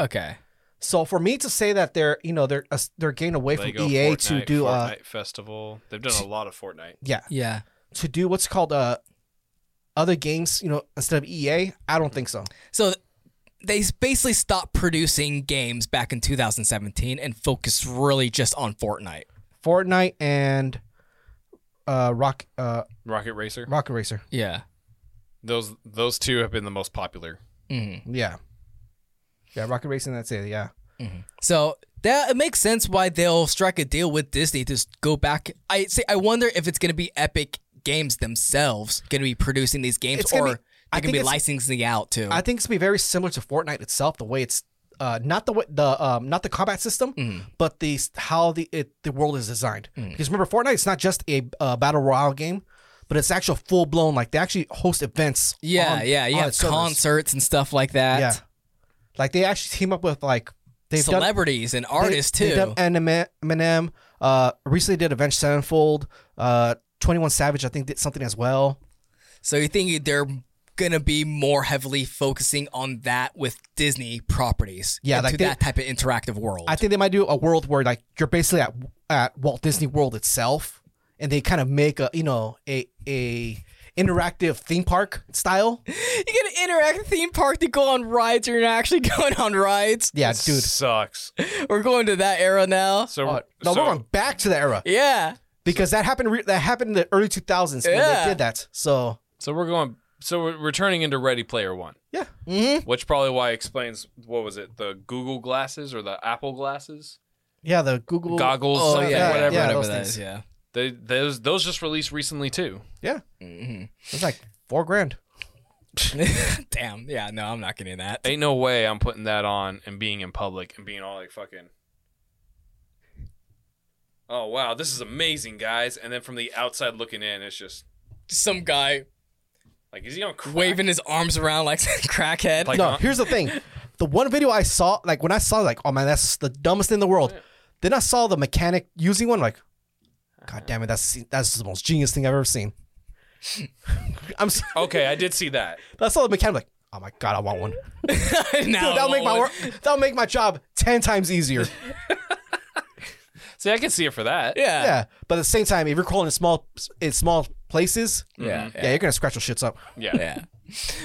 Speaker 2: okay
Speaker 4: So for me to say that they're you know they're uh, they're getting away
Speaker 3: Lego,
Speaker 2: E
Speaker 4: from EA to
Speaker 3: Fortnite,
Speaker 4: do uh
Speaker 3: Fortnite Festival. They've done a lot of Fortnite.
Speaker 4: yeah
Speaker 2: yeah
Speaker 4: to do what's called uh other games you know instead of EA I don't think so.
Speaker 2: So they basically stopped producing games back in 2017 and focused really just on Fortnite.
Speaker 4: Fortnite and uh Rock uh
Speaker 3: Rocket Racer.
Speaker 4: Rocket Racer.
Speaker 2: Yeah.
Speaker 3: Those those two have been the most popular.
Speaker 2: Mm-hmm.
Speaker 4: Yeah. Yeah, Rocket Racing. That's it. Yeah.
Speaker 2: So that it makes sense why they'll strike a deal with Disney to s- go back. I say I wonder if it's going to be Epic Games themselves going to be producing these games
Speaker 4: It's
Speaker 2: or
Speaker 4: gonna be- I
Speaker 2: they're going
Speaker 4: think
Speaker 2: to be
Speaker 4: it's-
Speaker 2: licensing out too.
Speaker 4: I think it's gonna be very similar to Fortnite itself, the way it's uh, not the way, the um, not the combat system,
Speaker 2: Mm-hmm.
Speaker 4: but the s- how the it, the world is designed. Because remember, Fortnite it's not just a uh, battle royale game, but it's actual full blown like they actually host events.
Speaker 2: yeah,
Speaker 4: on-
Speaker 2: yeah, you
Speaker 4: on
Speaker 2: have
Speaker 4: its servers.
Speaker 2: concerts and stuff like that.
Speaker 4: Yeah, like they actually team up with like they've done
Speaker 2: Celebrities and artists
Speaker 4: they,
Speaker 2: too.
Speaker 4: They've done Eminem. Eminem, Uh, recently did Avenged Sevenfold. Uh, Twenty One Savage, I think, did something as well.
Speaker 2: So you think they're gonna be more heavily focusing on that with Disney properties?
Speaker 4: Yeah,
Speaker 2: into
Speaker 4: like they-
Speaker 2: that type of interactive world.
Speaker 4: I think they might do a world where like you're basically at at Walt Disney World itself, and they kind of make a you know a a interactive theme park style.
Speaker 2: you get an interactive theme park to go on rides, or you're not actually going on rides.
Speaker 4: Yeah, dude.
Speaker 3: sucks.
Speaker 2: We're going to that era now.
Speaker 3: So
Speaker 4: Uh, no,
Speaker 3: so-
Speaker 4: we're going back to the era
Speaker 2: Yeah.
Speaker 4: because that happened. Re- that happened in the early 2000s when
Speaker 2: Yeah.
Speaker 4: they did that. So
Speaker 3: So we're going. So we're, we're turning into Ready Player One,
Speaker 4: yeah, Mm-hmm.
Speaker 3: which probably why explains what was it the Google glasses or the Apple glasses
Speaker 4: yeah, the Google
Speaker 3: goggles
Speaker 2: Oh
Speaker 3: something,
Speaker 2: yeah,
Speaker 3: whatever.
Speaker 2: yeah,
Speaker 4: yeah,
Speaker 2: whatever
Speaker 4: those
Speaker 2: that
Speaker 4: things.
Speaker 2: is. Yeah.
Speaker 3: They those those just released recently too.
Speaker 4: Yeah, it's like four grand.
Speaker 2: Damn. Yeah. No, I'm not getting that.
Speaker 3: Ain't no way I'm putting that on and being in public and being all like fucking. oh wow, this is amazing, guys. And then from the outside looking in, it's just
Speaker 2: Some guy
Speaker 3: like, is he on crack?
Speaker 2: waving his arms around like some crackhead.
Speaker 3: Like-
Speaker 2: Like,
Speaker 4: no,
Speaker 3: not-
Speaker 4: here's the thing. The one video I saw, like when I saw, like, oh man, that's the dumbest thing in the world. Then I saw the mechanic using one, like, god damn it, that's that's the most genius thing I've ever seen. I'm, s-
Speaker 3: Okay, I did see that.
Speaker 4: I saw the mechanic, like, oh my god, I want one.
Speaker 2: now
Speaker 4: that'll
Speaker 2: I
Speaker 4: make my
Speaker 2: want
Speaker 4: work, that'll make my job ten times easier.
Speaker 3: See, I can see it for that.
Speaker 2: Yeah.
Speaker 4: yeah, but at the same time, if you're crawling in small in small places,
Speaker 2: Mm-hmm. Yeah.
Speaker 4: yeah, you're gonna scratch your shits up.
Speaker 3: Yeah.
Speaker 2: Yeah.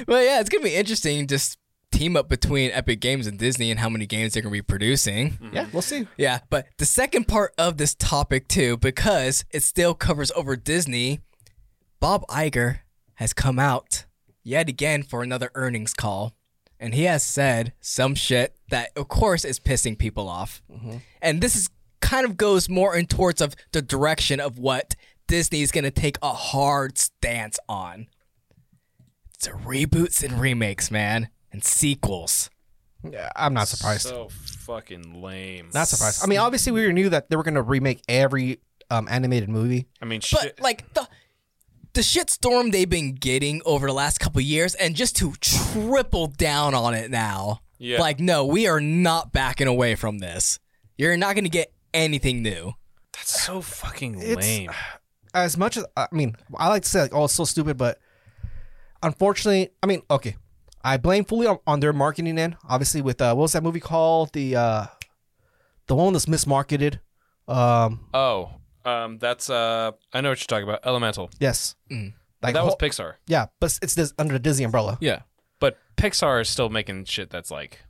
Speaker 2: Well, yeah, it's gonna be interesting. Just team up between Epic Games and Disney and how many games they're gonna be producing.
Speaker 4: Yeah, we'll see.
Speaker 2: Yeah, but the second part of this topic too, because it still covers over Disney. Bob Iger has come out yet again for another earnings call, and he has said some shit that, of course, is pissing people off. And this is kind of goes more in towards of the direction of what Disney is going to take a hard stance on. It's reboots and remakes, man, and sequels.
Speaker 4: Yeah, I'm not surprised.
Speaker 3: So fucking lame.
Speaker 4: not surprised. I mean, obviously, we knew that they were gonna remake every um, animated movie.
Speaker 3: I mean,
Speaker 2: But
Speaker 3: shit.
Speaker 2: like the the shitstorm they've been getting over the last couple years, and just to triple down on it now.
Speaker 3: Yeah.
Speaker 2: Like, no, we are not backing away from this. You're not going to get anything new.
Speaker 3: That's so fucking
Speaker 4: It's-
Speaker 3: lame.
Speaker 4: as much as I mean, I like to say like, oh, it's so stupid, but unfortunately, I mean, okay, I blame fully on, on their marketing end. Obviously, with uh, what was that movie called? The uh, the one that's mismarketed. Um,
Speaker 3: Oh, um, that's uh, I know what you're talking about. Elemental.
Speaker 4: yes,
Speaker 2: Mm.
Speaker 4: like
Speaker 3: that was
Speaker 4: whole-
Speaker 3: Pixar.
Speaker 4: yeah, but it's- it's this, under the Disney umbrella.
Speaker 2: Yeah.
Speaker 3: But Pixar is still making shit that's like,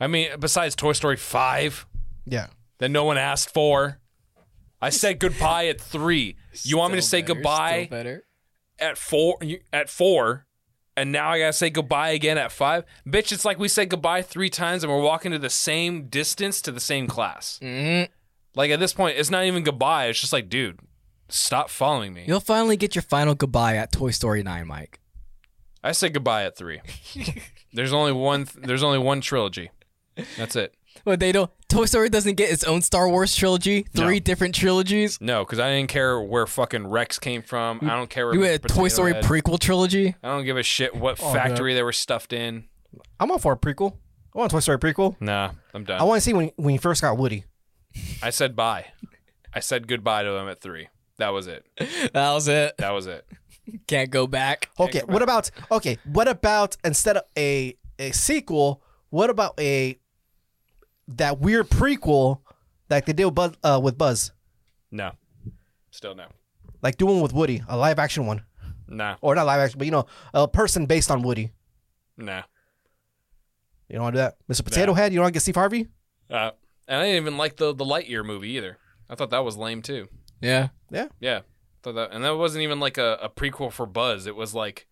Speaker 3: I mean, besides Toy Story five
Speaker 4: Yeah,
Speaker 3: that no one asked for. I said goodbye at three. You want me to say goodbye
Speaker 2: better.
Speaker 3: at four? you- At four, and now I gotta say goodbye again at five. Bitch, it's like we said goodbye three times and we're walking to the same distance to the same class.
Speaker 2: Mm,
Speaker 3: Like at this point, it's not even goodbye. It's just like, dude, stop following me.
Speaker 2: you'll finally get your final goodbye at Toy Story 9, Mike.
Speaker 3: I said goodbye at three. there's only one. There's only one trilogy. That's it.
Speaker 2: But they don't. Toy Story doesn't get its own Star Wars trilogy, three different trilogies.
Speaker 3: No, because I didn't care where fucking Rex came from. I don't care. Where
Speaker 2: You
Speaker 3: Mr.
Speaker 2: had a Toy
Speaker 3: Potato
Speaker 2: Story
Speaker 3: Head-
Speaker 2: prequel trilogy.
Speaker 3: I don't give a shit what factory they were stuffed in.
Speaker 4: I'm all for a prequel. I want a Toy Story prequel.
Speaker 3: Nah, I'm done.
Speaker 4: I
Speaker 3: I,
Speaker 4: want to see when when you first got Woody.
Speaker 3: said bye. I said goodbye to them at three. That was it.
Speaker 2: That was it.
Speaker 3: That was it.
Speaker 2: Can't go back.
Speaker 4: Okay, what about okay? What about instead of a a sequel? What about a that weird prequel like they did with Buzz, uh, with Buzz,
Speaker 3: No. Still no.
Speaker 4: like doing with Woody, a live action one,
Speaker 3: Nah.
Speaker 4: or not live action, but you know, a person based on Woody.
Speaker 3: Nah.
Speaker 4: You don't want to do that, Mr. Potato
Speaker 3: Nah.
Speaker 4: Head. You don't want to get Steve Harvey.
Speaker 3: Uh, and I didn't even like the the Lightyear movie either. I thought that was lame too.
Speaker 2: Yeah.
Speaker 3: Yeah. Thought that, and that wasn't even like a, a prequel for Buzz. It was like,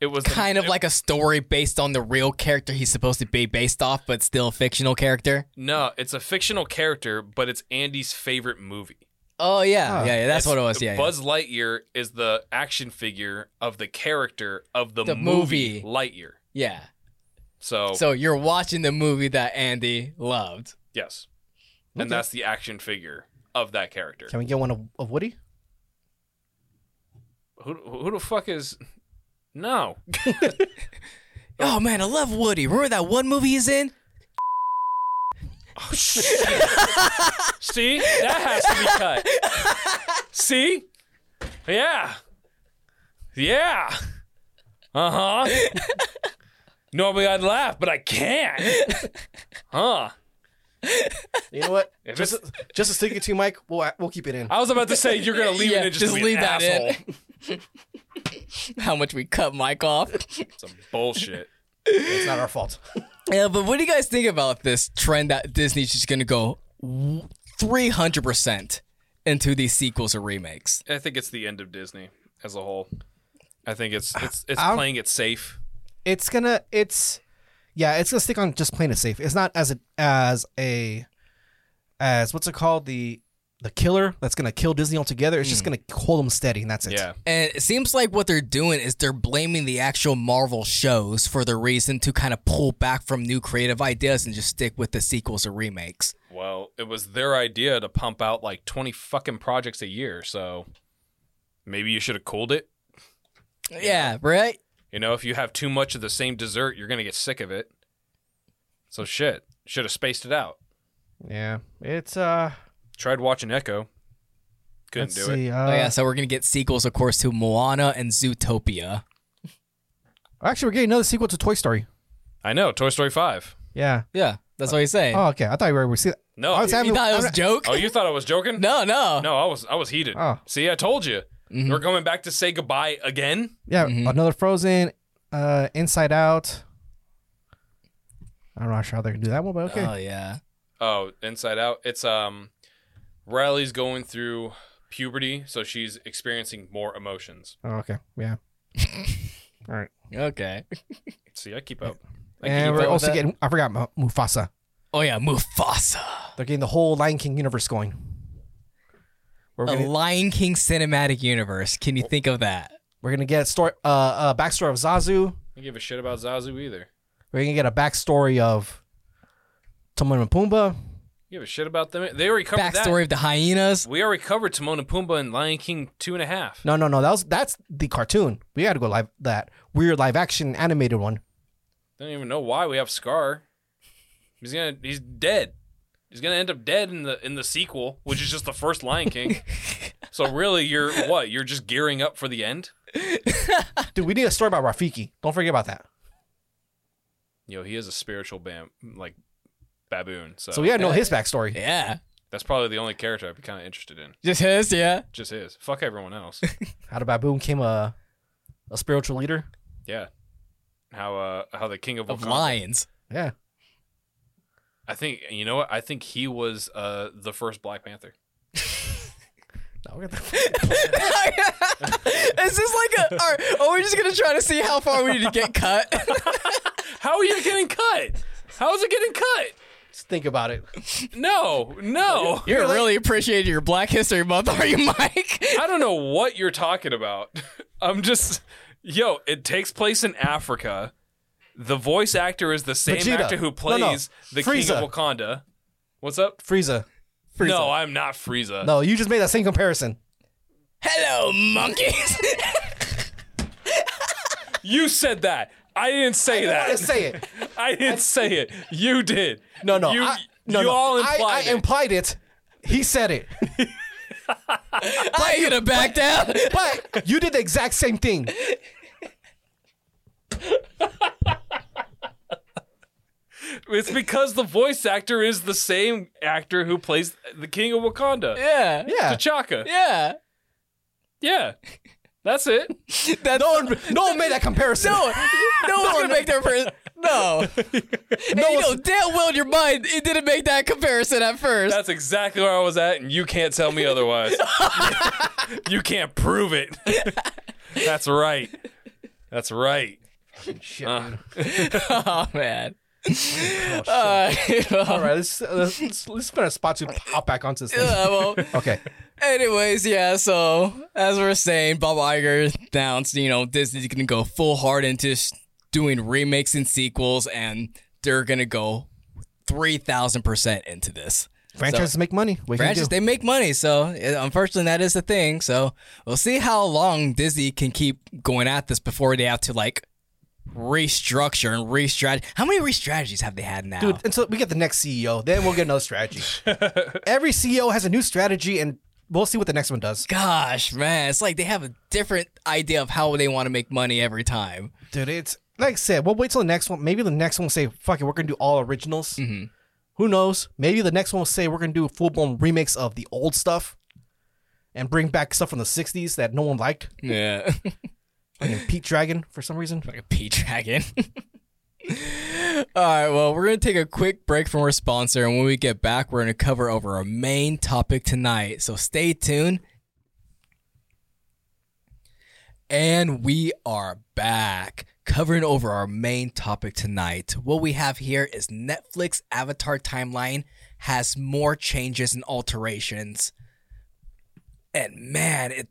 Speaker 3: it was the-
Speaker 2: kind of like a story based on the real character he's supposed to be based off, but still a fictional character.
Speaker 3: no. It's a fictional character, but it's Andy's favorite movie.
Speaker 2: Oh yeah,
Speaker 4: Huh.
Speaker 2: yeah, yeah. That's
Speaker 3: It's-
Speaker 2: what it was. Yeah, yeah.
Speaker 3: Buzz Lightyear is the action figure of the character of the,
Speaker 2: The
Speaker 3: movie,
Speaker 2: movie.
Speaker 3: Lightyear.
Speaker 2: yeah.
Speaker 3: So,
Speaker 2: So you're watching the movie that Andy loved.
Speaker 3: yes,
Speaker 4: Okay.
Speaker 3: and that's the action figure of that character.
Speaker 4: Can we get one of, of Woody?
Speaker 3: Who, who the fuck is? No,
Speaker 2: Oh man, I love Woody. Remember that one movie he's in?
Speaker 3: see that has to be cut. see, yeah, yeah, uh huh. Normally I'd laugh, but I can't. Huh?
Speaker 4: You know what?
Speaker 3: If
Speaker 4: just
Speaker 3: it's-
Speaker 4: just to stick it to you, Mike. We'll we'll keep it in.
Speaker 3: I was about to say you're gonna leave
Speaker 2: Yeah,
Speaker 3: it and just,
Speaker 2: just
Speaker 3: be an
Speaker 2: leave that in.
Speaker 3: asshole.
Speaker 2: How much we cut Mike off.
Speaker 3: Some bullshit.
Speaker 4: It's not our fault.
Speaker 2: yeah, but what do you guys think about this trend that Disney's just gonna go three hundred percent into these sequels or remakes?
Speaker 3: I think it's the end of Disney as a whole. I think it's it's it's
Speaker 4: I'm-
Speaker 3: playing it safe.
Speaker 4: it's gonna it's yeah it's gonna stick on just playing it safe it's not as a as a as what's it called the the killer that's gonna kill Disney altogether. It's just gonna hold them steady, and that's it.
Speaker 3: Yeah.
Speaker 2: And it seems like what they're doing is they're blaming the actual Marvel shows for the reason to kind of pull back from new creative ideas and just stick with the sequels or remakes.
Speaker 3: Well, it was their idea to pump out like 20 fucking projects a year. So maybe you should have cooled it.
Speaker 2: Yeah, right?
Speaker 3: You know, if you have too much of the same dessert, you're going to get sick of it. So shit, should have spaced it out.
Speaker 4: yeah. It's uh.
Speaker 3: Tried watching Echo. Couldn't
Speaker 4: Let's
Speaker 3: do
Speaker 4: see.
Speaker 3: it.
Speaker 4: Uh,
Speaker 2: oh, yeah, so we're going to get sequels, of course, to Moana and Zootopia.
Speaker 4: Actually, we're getting another sequel to Toy Story.
Speaker 3: I know, Toy Story 5.
Speaker 4: Yeah.
Speaker 2: Yeah, that's what he's saying.
Speaker 4: Oh, okay. I thought we were we see. That.
Speaker 3: No.
Speaker 4: I was
Speaker 2: you
Speaker 4: having.
Speaker 2: thought it was a
Speaker 4: I'm not-
Speaker 2: joke?
Speaker 3: oh, you Oh, thought I was joking?
Speaker 2: no, no,
Speaker 3: No, I was I was heated.
Speaker 4: Oh.
Speaker 3: See, I told you. We're coming back to say goodbye again.
Speaker 4: yeah, another Frozen, uh, Inside Out. I'm not sure how they're gonna do that one, but okay.
Speaker 2: Oh, yeah.
Speaker 3: Oh, Inside Out. It's um Riley's going through puberty, so she's experiencing more emotions.
Speaker 4: oh, okay. Yeah. All right.
Speaker 2: Okay.
Speaker 3: See, I keep up. I
Speaker 4: And
Speaker 3: keep
Speaker 4: we're
Speaker 3: up.
Speaker 4: also
Speaker 2: that.
Speaker 4: getting. I forgot Mu- Mufasa.
Speaker 2: Oh, yeah, Mufasa.
Speaker 4: They're getting the whole Lion King universe going. We're
Speaker 2: A
Speaker 4: gonna,
Speaker 2: Lion King cinematic universe. Can you think of that?
Speaker 4: we're gonna get a story, uh, uh, backstory of Zazu.
Speaker 3: I don't give a shit about Zazu either.
Speaker 4: We're gonna get a backstory of Timon and Pumbaa.
Speaker 3: I give a shit about them. They already covered
Speaker 2: Backstory of the hyenas.
Speaker 3: that. We already covered Timon and Pumbaa in Lion King two and a half.
Speaker 4: No, no, no. That was that's the cartoon. We got to go live. That weird live action animated one.
Speaker 3: Don't even know why we have Scar. He's gonna. He's dead. He's gonna end up dead in the in the sequel, which is just the first Lion King. so really, you're what? You're just gearing up for the end.
Speaker 4: Dude, we need a story about Rafiki. Don't forget about that.
Speaker 3: Yo, he is a spiritual bam like baboon. So,
Speaker 4: So we got to know his backstory.
Speaker 2: Yeah.
Speaker 3: that's probably the only character I'd be kind of interested in.
Speaker 2: Just his, yeah.
Speaker 3: Just his. Fuck everyone else.
Speaker 4: How the baboon became a a spiritual leader.
Speaker 3: yeah. How uh how the king of,
Speaker 2: Of
Speaker 3: Wakanda-
Speaker 2: lions.
Speaker 4: Yeah.
Speaker 3: I think you know what? I think he was uh the first Black Panther.
Speaker 4: No, we're gonna-
Speaker 2: Is this like a? Are, are we just gonna try to see how far we need to get cut?
Speaker 3: How are you getting cut? How is it getting cut?
Speaker 4: Just think about it.
Speaker 3: No, no.
Speaker 2: You're really appreciating your Black History Month, are you, Mike?
Speaker 3: I don't know what you're talking about. I'm just, yo, it takes place in Africa. The voice actor is the same
Speaker 4: Vegeta.
Speaker 3: actor who
Speaker 4: No,
Speaker 3: plays
Speaker 4: no.
Speaker 3: the king
Speaker 4: Frieza.
Speaker 3: of Wakanda. What's up?
Speaker 4: Frieza.
Speaker 3: No, I'm not Frieza.
Speaker 4: No, you just made that same comparison.
Speaker 2: Hello, monkeys.
Speaker 3: You said that. I didn't say
Speaker 4: I
Speaker 3: that.
Speaker 4: say it.
Speaker 3: I didn't say it. You did.
Speaker 4: No, no.
Speaker 3: You,
Speaker 4: I, no,
Speaker 3: you
Speaker 4: no.
Speaker 3: all
Speaker 4: I-
Speaker 3: implied
Speaker 4: I,
Speaker 3: it.
Speaker 4: implied it. He said it.
Speaker 2: I ain't gonna back down.
Speaker 4: But you did the exact same thing.
Speaker 3: It's because the voice actor is the same actor who plays the king of Wakanda.
Speaker 2: Yeah.
Speaker 4: Yeah.
Speaker 3: T'Chaka. Yeah.
Speaker 2: Yeah.
Speaker 3: That's it.
Speaker 2: That's,
Speaker 4: No one, no one made that comparison.
Speaker 2: no, no one's gonna make their first. No. no, you know,
Speaker 4: one's-
Speaker 2: damn well in your mind, it didn't make that comparison at first.
Speaker 3: That's exactly where I was at, and you can't tell me otherwise. you can't prove it. That's right. That's right. Uh,
Speaker 2: oh man. Uh,
Speaker 4: Oh, All right, let's, let's, let's, let's put a spot to hop back onto this thing.
Speaker 2: well,
Speaker 4: Okay.
Speaker 2: Anyways, yeah, so as we are saying, Bob Iger announced, you know, Disney's going to go full hard into s- doing remakes and sequels, and they're going to go 3,000% into this.
Speaker 4: Franchises make money. What can you do?
Speaker 2: Franchises, they make money, so uh, unfortunately, that is the thing. So we'll see how long Disney can keep going at this before they have to, like, restructure and re-strategy. How many re-strategies have they had now?
Speaker 4: Dude, until we get the next CEO, then we'll get another strategy. Every CEO has a new strategy, and we'll see what the next one does.
Speaker 2: Gosh, man, it's like they have a different idea of how they want to make money every time.
Speaker 4: Dude, it's like I said, we'll wait till the next one. Maybe the next one will say, fuck it, we're going to do all originals. Who knows? Maybe the next one will say, we're going to do full blown remakes of the old stuff and bring back stuff from the 60s that no one liked.
Speaker 2: Yeah.
Speaker 4: Fucking Pete Dragon for some reason.
Speaker 2: like a pea dragon. All right, well, we're going to take a quick break from our sponsor, and when we get back, we're going to cover over our main topic tonight. So stay tuned. And we are back covering over our main topic tonight. What we have here is Netflix Avatar Timeline has more changes and alterations and man, it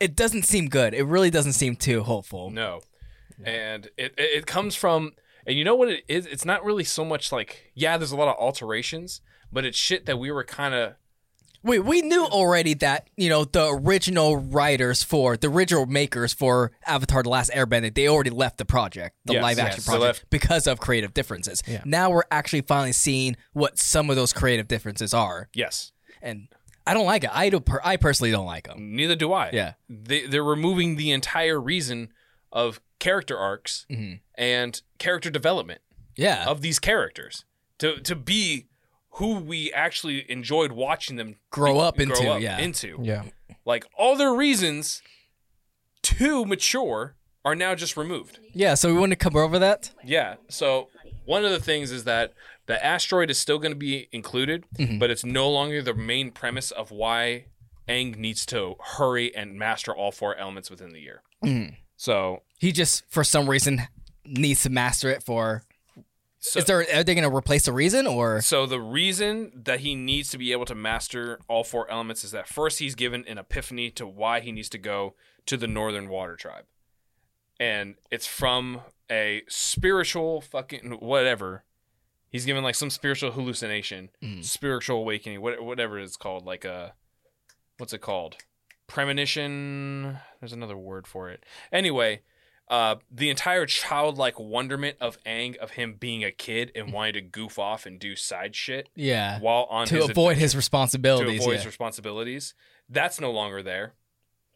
Speaker 2: it doesn't seem good. It really doesn't seem too hopeful.
Speaker 3: No. And it, it it comes from and you know what it is? It's not really so much like yeah, there's a lot of alterations, but it's shit that we were kind of
Speaker 2: Wait, we knew already that, you know, the original writers for the original makers for Avatar The Last Airbender, they already left the project, the
Speaker 3: Yes,
Speaker 2: live action
Speaker 3: yes, they
Speaker 2: project,
Speaker 3: left.
Speaker 2: because of creative differences. Now we're actually finally seeing what some of those creative differences are.
Speaker 3: yes.
Speaker 2: And I don't like it. I, do per- I personally don't like them.
Speaker 3: Neither do I.
Speaker 2: Yeah.
Speaker 3: They they're removing the entire reason of character arcs and character development
Speaker 2: Yeah.
Speaker 3: of these characters to to be who we actually enjoyed watching them
Speaker 2: Grow
Speaker 3: be-
Speaker 2: up into, yeah.
Speaker 3: into.
Speaker 4: Yeah.
Speaker 3: Like all their reasons to mature are now just removed.
Speaker 2: Yeah. So we want to cover over that?
Speaker 3: Yeah. So one of the things is that the asteroid is still going to be included, but it's no longer the main premise of why Aang needs to hurry and master all four elements within the year. So,
Speaker 2: He just, for some reason, needs to master it for.
Speaker 3: so
Speaker 2: is there? Are they going to replace the reason or?
Speaker 3: So the reason that he needs to be able to master all four elements is that first he's given an epiphany to why he needs to go to the Northern Water Tribe. And it's from a spiritual fucking whatever. He's given like some spiritual hallucination, spiritual awakening, what, whatever it's called, like a what's it called? Premonition. There's another word for it. Anyway, uh, the entire childlike wonderment of Aang of him being a kid and wanting to goof off and do side shit
Speaker 2: Yeah.
Speaker 3: while on
Speaker 2: To
Speaker 3: his
Speaker 2: avoid his
Speaker 3: to
Speaker 2: responsibilities.
Speaker 3: avoid
Speaker 2: yeah.
Speaker 3: his responsibilities. That's no longer there.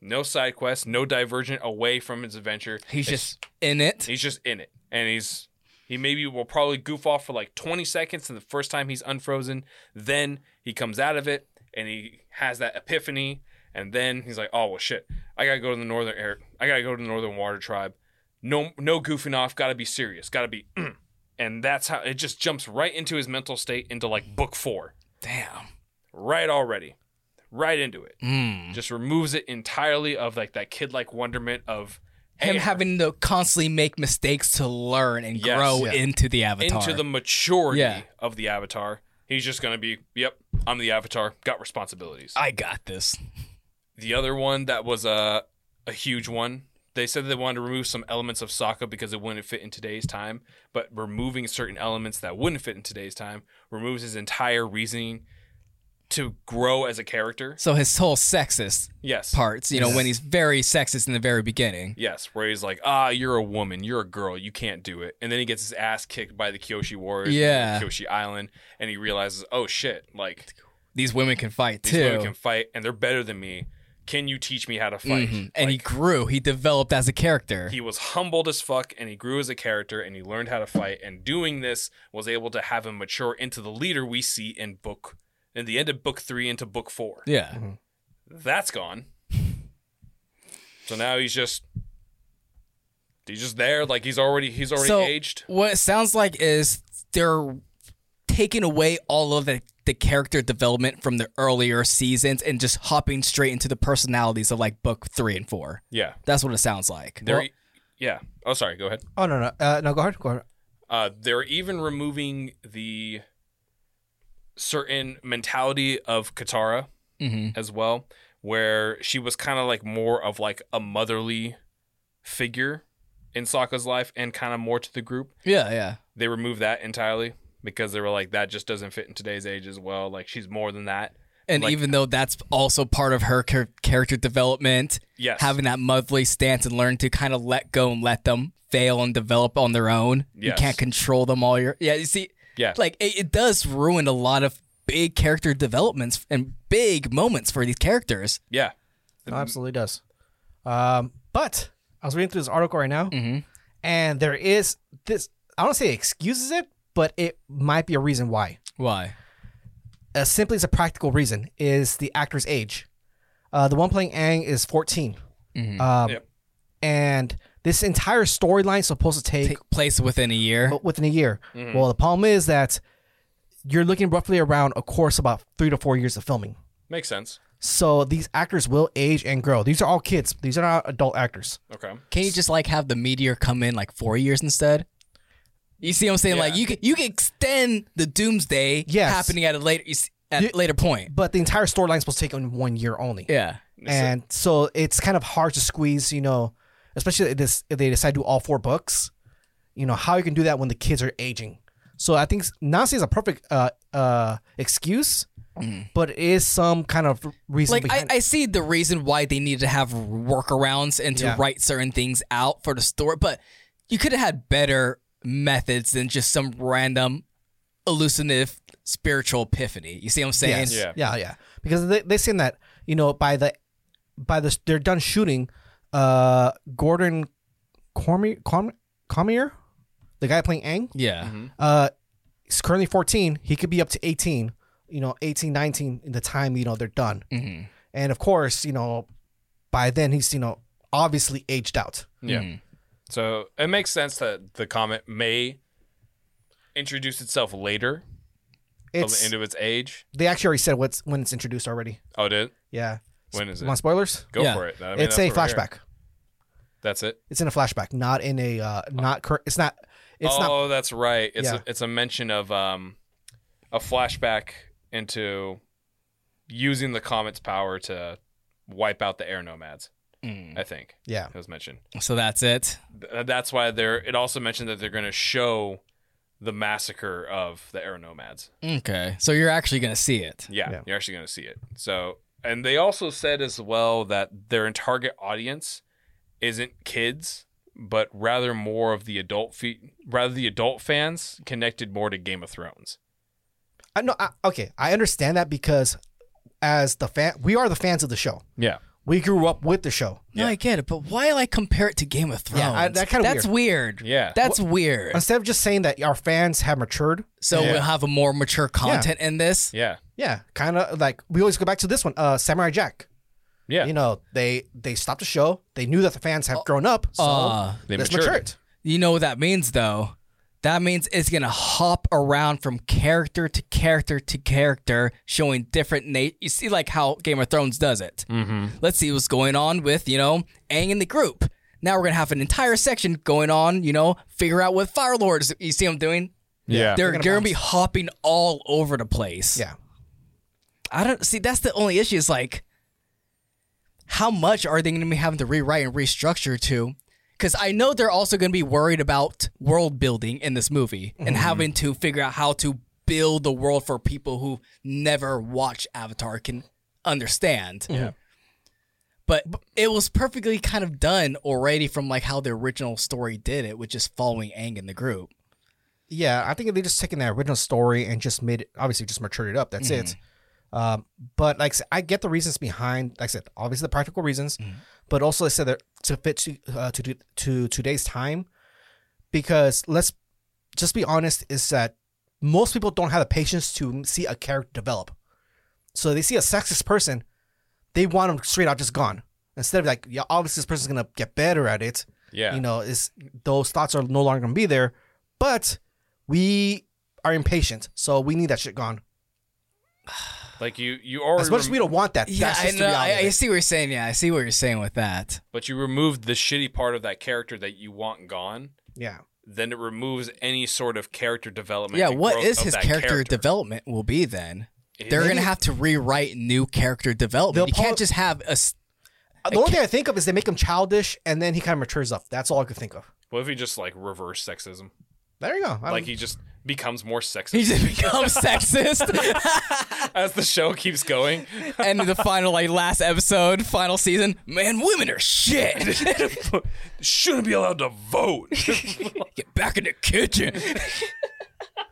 Speaker 3: No side quest, no divergent away from his adventure.
Speaker 2: He's just in it.
Speaker 3: He's just in it, and he's he maybe will probably goof off for like 20 seconds, and the first time he's unfrozen, then he comes out of it and he has that epiphany, and then he's like, oh well, shit, I gotta go to the northern air, I gotta go to the northern water tribe. No, no goofing off. Gotta be serious. Gotta be. "Mm." And that's how it just jumps right into his mental state into like book four,
Speaker 2: Damn.
Speaker 3: right already, right into it.
Speaker 2: Mm.
Speaker 3: Just removes it entirely of like that kid like wonderment of
Speaker 2: him
Speaker 3: "Hey,
Speaker 2: having to constantly make mistakes to learn and
Speaker 3: Yes.
Speaker 2: grow
Speaker 3: Yeah.
Speaker 2: into the avatar.
Speaker 3: into the maturity
Speaker 2: Yeah.
Speaker 3: of the avatar. He's just going to be, yep, I'm the avatar, got responsibilities.
Speaker 2: I got this.
Speaker 3: the other one that was a, a huge one, they said they wanted to remove some elements of Sokka because it wouldn't fit in today's time, but removing certain elements that wouldn't fit in today's time removes his entire reasoning to grow as a character.
Speaker 2: So his whole sexist
Speaker 3: Yes.
Speaker 2: parts, you know, when he's very sexist in the very beginning.
Speaker 3: Yes, where he's like, ah, you're a woman, you're a girl, you can't do it. And then he gets his ass kicked by the Kyoshi Warriors, when they're on
Speaker 2: Yeah.
Speaker 3: Kyoshi Island, and he realizes, oh shit, like
Speaker 2: These women can fight
Speaker 3: these
Speaker 2: too.
Speaker 3: women can fight and they're better than me. Can you teach me how to fight?
Speaker 2: Mhm. And he grew. He developed as a character.
Speaker 3: He was humbled as fuck and he grew as a character and he learned how to fight. And doing this was able to have him mature into the leader we see in book, in the end of book three into book four.
Speaker 2: yeah.
Speaker 3: That's gone. So now he's just, he's just there. Like he's already, he's already
Speaker 2: So
Speaker 3: aged.
Speaker 2: what it sounds like is they're taking away all of the, the character development from the earlier seasons and just hopping straight into the personalities of like book three and four.
Speaker 3: Yeah.
Speaker 2: That's what it sounds like.
Speaker 3: They're, e, yeah. Oh, sorry. Go ahead.
Speaker 4: Oh no no uh, no go ahead go ahead.
Speaker 3: Uh, they're even removing the certain mentality of Katara
Speaker 2: Mhm.
Speaker 3: as well, where she was kind of like more of like a motherly figure in Sokka's life and kind of more to the group.
Speaker 2: Yeah, yeah.
Speaker 3: They removed that entirely because they were like, that just doesn't fit in today's age as well. Like she's more than that.
Speaker 2: And
Speaker 3: Like-
Speaker 2: even though that's also part of her char- character development,
Speaker 3: Yes.
Speaker 2: having that motherly stance and learn to kind of let go and let them fail and develop on their own.
Speaker 3: Yes.
Speaker 2: You can't control them all your Yeah, you see,
Speaker 3: yeah.
Speaker 2: like it, it does ruin a lot of big character developments and big moments for these characters.
Speaker 3: yeah.
Speaker 4: No, absolutely does. Um, but I was reading through this article right now, and there is this. I don't say it excuses it, but it might be a reason why.
Speaker 2: Why?
Speaker 4: As uh, simply as a practical reason is the actor's age. Uh, the one playing Aang is 14 um,
Speaker 3: Yep.
Speaker 4: and this entire storyline is supposed to take
Speaker 2: Take place within a year.
Speaker 4: but within a year. Well, the problem is that you're looking roughly around a course about three to four years of filming.
Speaker 3: Makes sense.
Speaker 4: So these actors will age and grow. These are all kids. These are not adult actors.
Speaker 3: Okay.
Speaker 2: Can you just like have the meteor come in like four years instead? You see what I'm saying? Like
Speaker 3: Yeah.
Speaker 2: you can you can extend the doomsday
Speaker 4: Yes.
Speaker 2: happening at a later you see- at a later point.
Speaker 4: But the entire storyline is supposed to take on one year only.
Speaker 2: Yeah.
Speaker 4: and so it's kind of hard to squeeze, you know, especially if this if they decide to do all four books, you know, how you can do that when the kids are aging. So I think Nazi is a perfect uh, uh, excuse, but it is some kind of reason
Speaker 2: Like I,
Speaker 4: behind.
Speaker 2: I see the reason why they needed to have workarounds and to
Speaker 4: Yeah.
Speaker 2: write certain things out for the story, but you could have had better methods than just some random elusive spiritual epiphany. You see what I'm saying?
Speaker 4: Yes.
Speaker 3: Yeah.
Speaker 4: yeah, yeah. Because they they saying that you know by the by the they're done shooting, uh, Gordon Cormier, Corm- Cormier, the guy playing Ang,
Speaker 2: Yeah.
Speaker 4: uh, is currently 14. He could be up to 18, you know, 18, 19 in the time, you know, they're done.
Speaker 2: Mhm.
Speaker 4: And of course, you know, by then he's, you know, obviously aged out.
Speaker 3: Yeah. So it makes sense that the comet may introduce itself later of
Speaker 4: It's,
Speaker 3: into its age.
Speaker 4: they actually already said what's when it's introduced already.
Speaker 3: Oh, it did it?
Speaker 4: Yeah.
Speaker 3: When is it?
Speaker 4: Want spoilers?
Speaker 3: Go
Speaker 2: Yeah.
Speaker 3: for it. I mean,
Speaker 4: it's
Speaker 3: that's
Speaker 4: a
Speaker 3: what we're here.
Speaker 4: flashback.
Speaker 3: That's it.
Speaker 4: It's in a flashback, not in a, uh, not, cur- it's not, it's not,
Speaker 3: oh, that's right. It's
Speaker 4: Yeah.
Speaker 3: a, it's a mention of um, a flashback into using the comet's power to wipe out the air nomads.
Speaker 2: Mm.
Speaker 3: I think
Speaker 4: Mm-hmm. yeah.
Speaker 3: it was mentioned.
Speaker 2: So that's it.
Speaker 3: Th- that's why they're. It also mentioned that they're going to show the massacre of the air nomads.
Speaker 2: Okay. So you're actually gonna see it.
Speaker 3: Yeah,
Speaker 4: Yeah.
Speaker 3: you're actually going to see it. So, and they also said as well that their target audience isn't kids, but rather more of the adult fe- rather the adult fans connected more to Game of Thrones.
Speaker 4: I know. I, okay. I understand that because as the fan, we are the fans of the show.
Speaker 3: Yeah.
Speaker 4: We grew up with the show.
Speaker 2: No, I get it, but why like compare it to Game of Thrones?
Speaker 4: Yeah, I- that kinda
Speaker 2: That's weird.
Speaker 3: Yeah.
Speaker 2: That's weird.
Speaker 4: Instead of just saying that our fans have matured,
Speaker 2: So
Speaker 3: Yeah.
Speaker 2: we'll have a more mature content in this.
Speaker 3: Yeah.
Speaker 4: Yeah, kind of like we always go back to this one, uh, Samurai Jack.
Speaker 3: Yeah. Oh,
Speaker 4: You know, they they stopped the show. They knew that the fans have grown up, so
Speaker 2: Uh,
Speaker 3: They
Speaker 4: let's
Speaker 3: matured.
Speaker 4: mature it.
Speaker 2: You know what that means, though? That means it's going to hop around from character to character to character, showing different na- You see, like how Game of Thrones does it. Mm-hmm. Let's see what's going on with, you know, Aang and the group. Now we're going to have an entire section going on, you know, figure out what Fire Lord is. You see what I'm doing?
Speaker 3: Yeah.
Speaker 2: They're,
Speaker 4: gonna
Speaker 2: they're going to be hopping all over the place.
Speaker 4: Yeah,
Speaker 2: I don't see. That's the only issue. Is like, how much are they going to be having to rewrite and restructure to? Because I know they're also going to be worried about world building in this movie
Speaker 4: Mm-hmm.
Speaker 2: and having to figure out how to build the world for people who never watch Avatar can understand. Yeah. But it was perfectly kind of done already from like how the original story did it, which is following Aang and the group.
Speaker 4: yeah. I think they just taken that original story and just made it obviously just matured it up. That's it. Um, but like I said, I get the reasons behind. Like I said, obviously the practical reasons, but also I said that to fit to uh, to do- to today's time, because let's just be honest, is that most people don't have the patience to see a character develop. So they see a sexist person, they want them straight out just gone. Instead of like, yeah, obviously this person's gonna get better at it.
Speaker 3: Yeah.
Speaker 4: You know, is those thoughts are no longer gonna be there, but we are impatient, so we need that shit gone.
Speaker 3: Like you you already
Speaker 4: As much as we don't want that,
Speaker 2: Yeah,
Speaker 4: that's
Speaker 2: I
Speaker 4: just
Speaker 2: know.
Speaker 4: the reality.
Speaker 2: I,
Speaker 4: of
Speaker 2: I
Speaker 4: it.
Speaker 2: see what you're saying. Yeah, I see what you're saying with that.
Speaker 3: but you removed the shitty part of that character that you want gone,
Speaker 4: yeah.
Speaker 3: then it removes any sort of character development.
Speaker 2: Yeah,
Speaker 3: and
Speaker 2: what
Speaker 3: growth
Speaker 2: is
Speaker 3: of
Speaker 2: his
Speaker 3: that
Speaker 2: character, development will be then?
Speaker 3: It-
Speaker 2: They're
Speaker 3: maybe-
Speaker 2: going to have to rewrite new character
Speaker 4: They'll
Speaker 2: development. You
Speaker 4: prob-
Speaker 2: can't just have a. s-
Speaker 4: The only thing I think of is they make him childish and then he kind of matures up. That's all I could think of.
Speaker 3: What if he just like reverse sexism?
Speaker 4: There you go. I
Speaker 3: Like
Speaker 4: mean,
Speaker 3: he just becomes more sexist
Speaker 2: He just becomes sexist,
Speaker 3: as the show keeps going.
Speaker 2: and the final, like last episode, final season. Man, women are shit.
Speaker 3: Shouldn't be allowed to vote.
Speaker 2: Get back in the kitchen.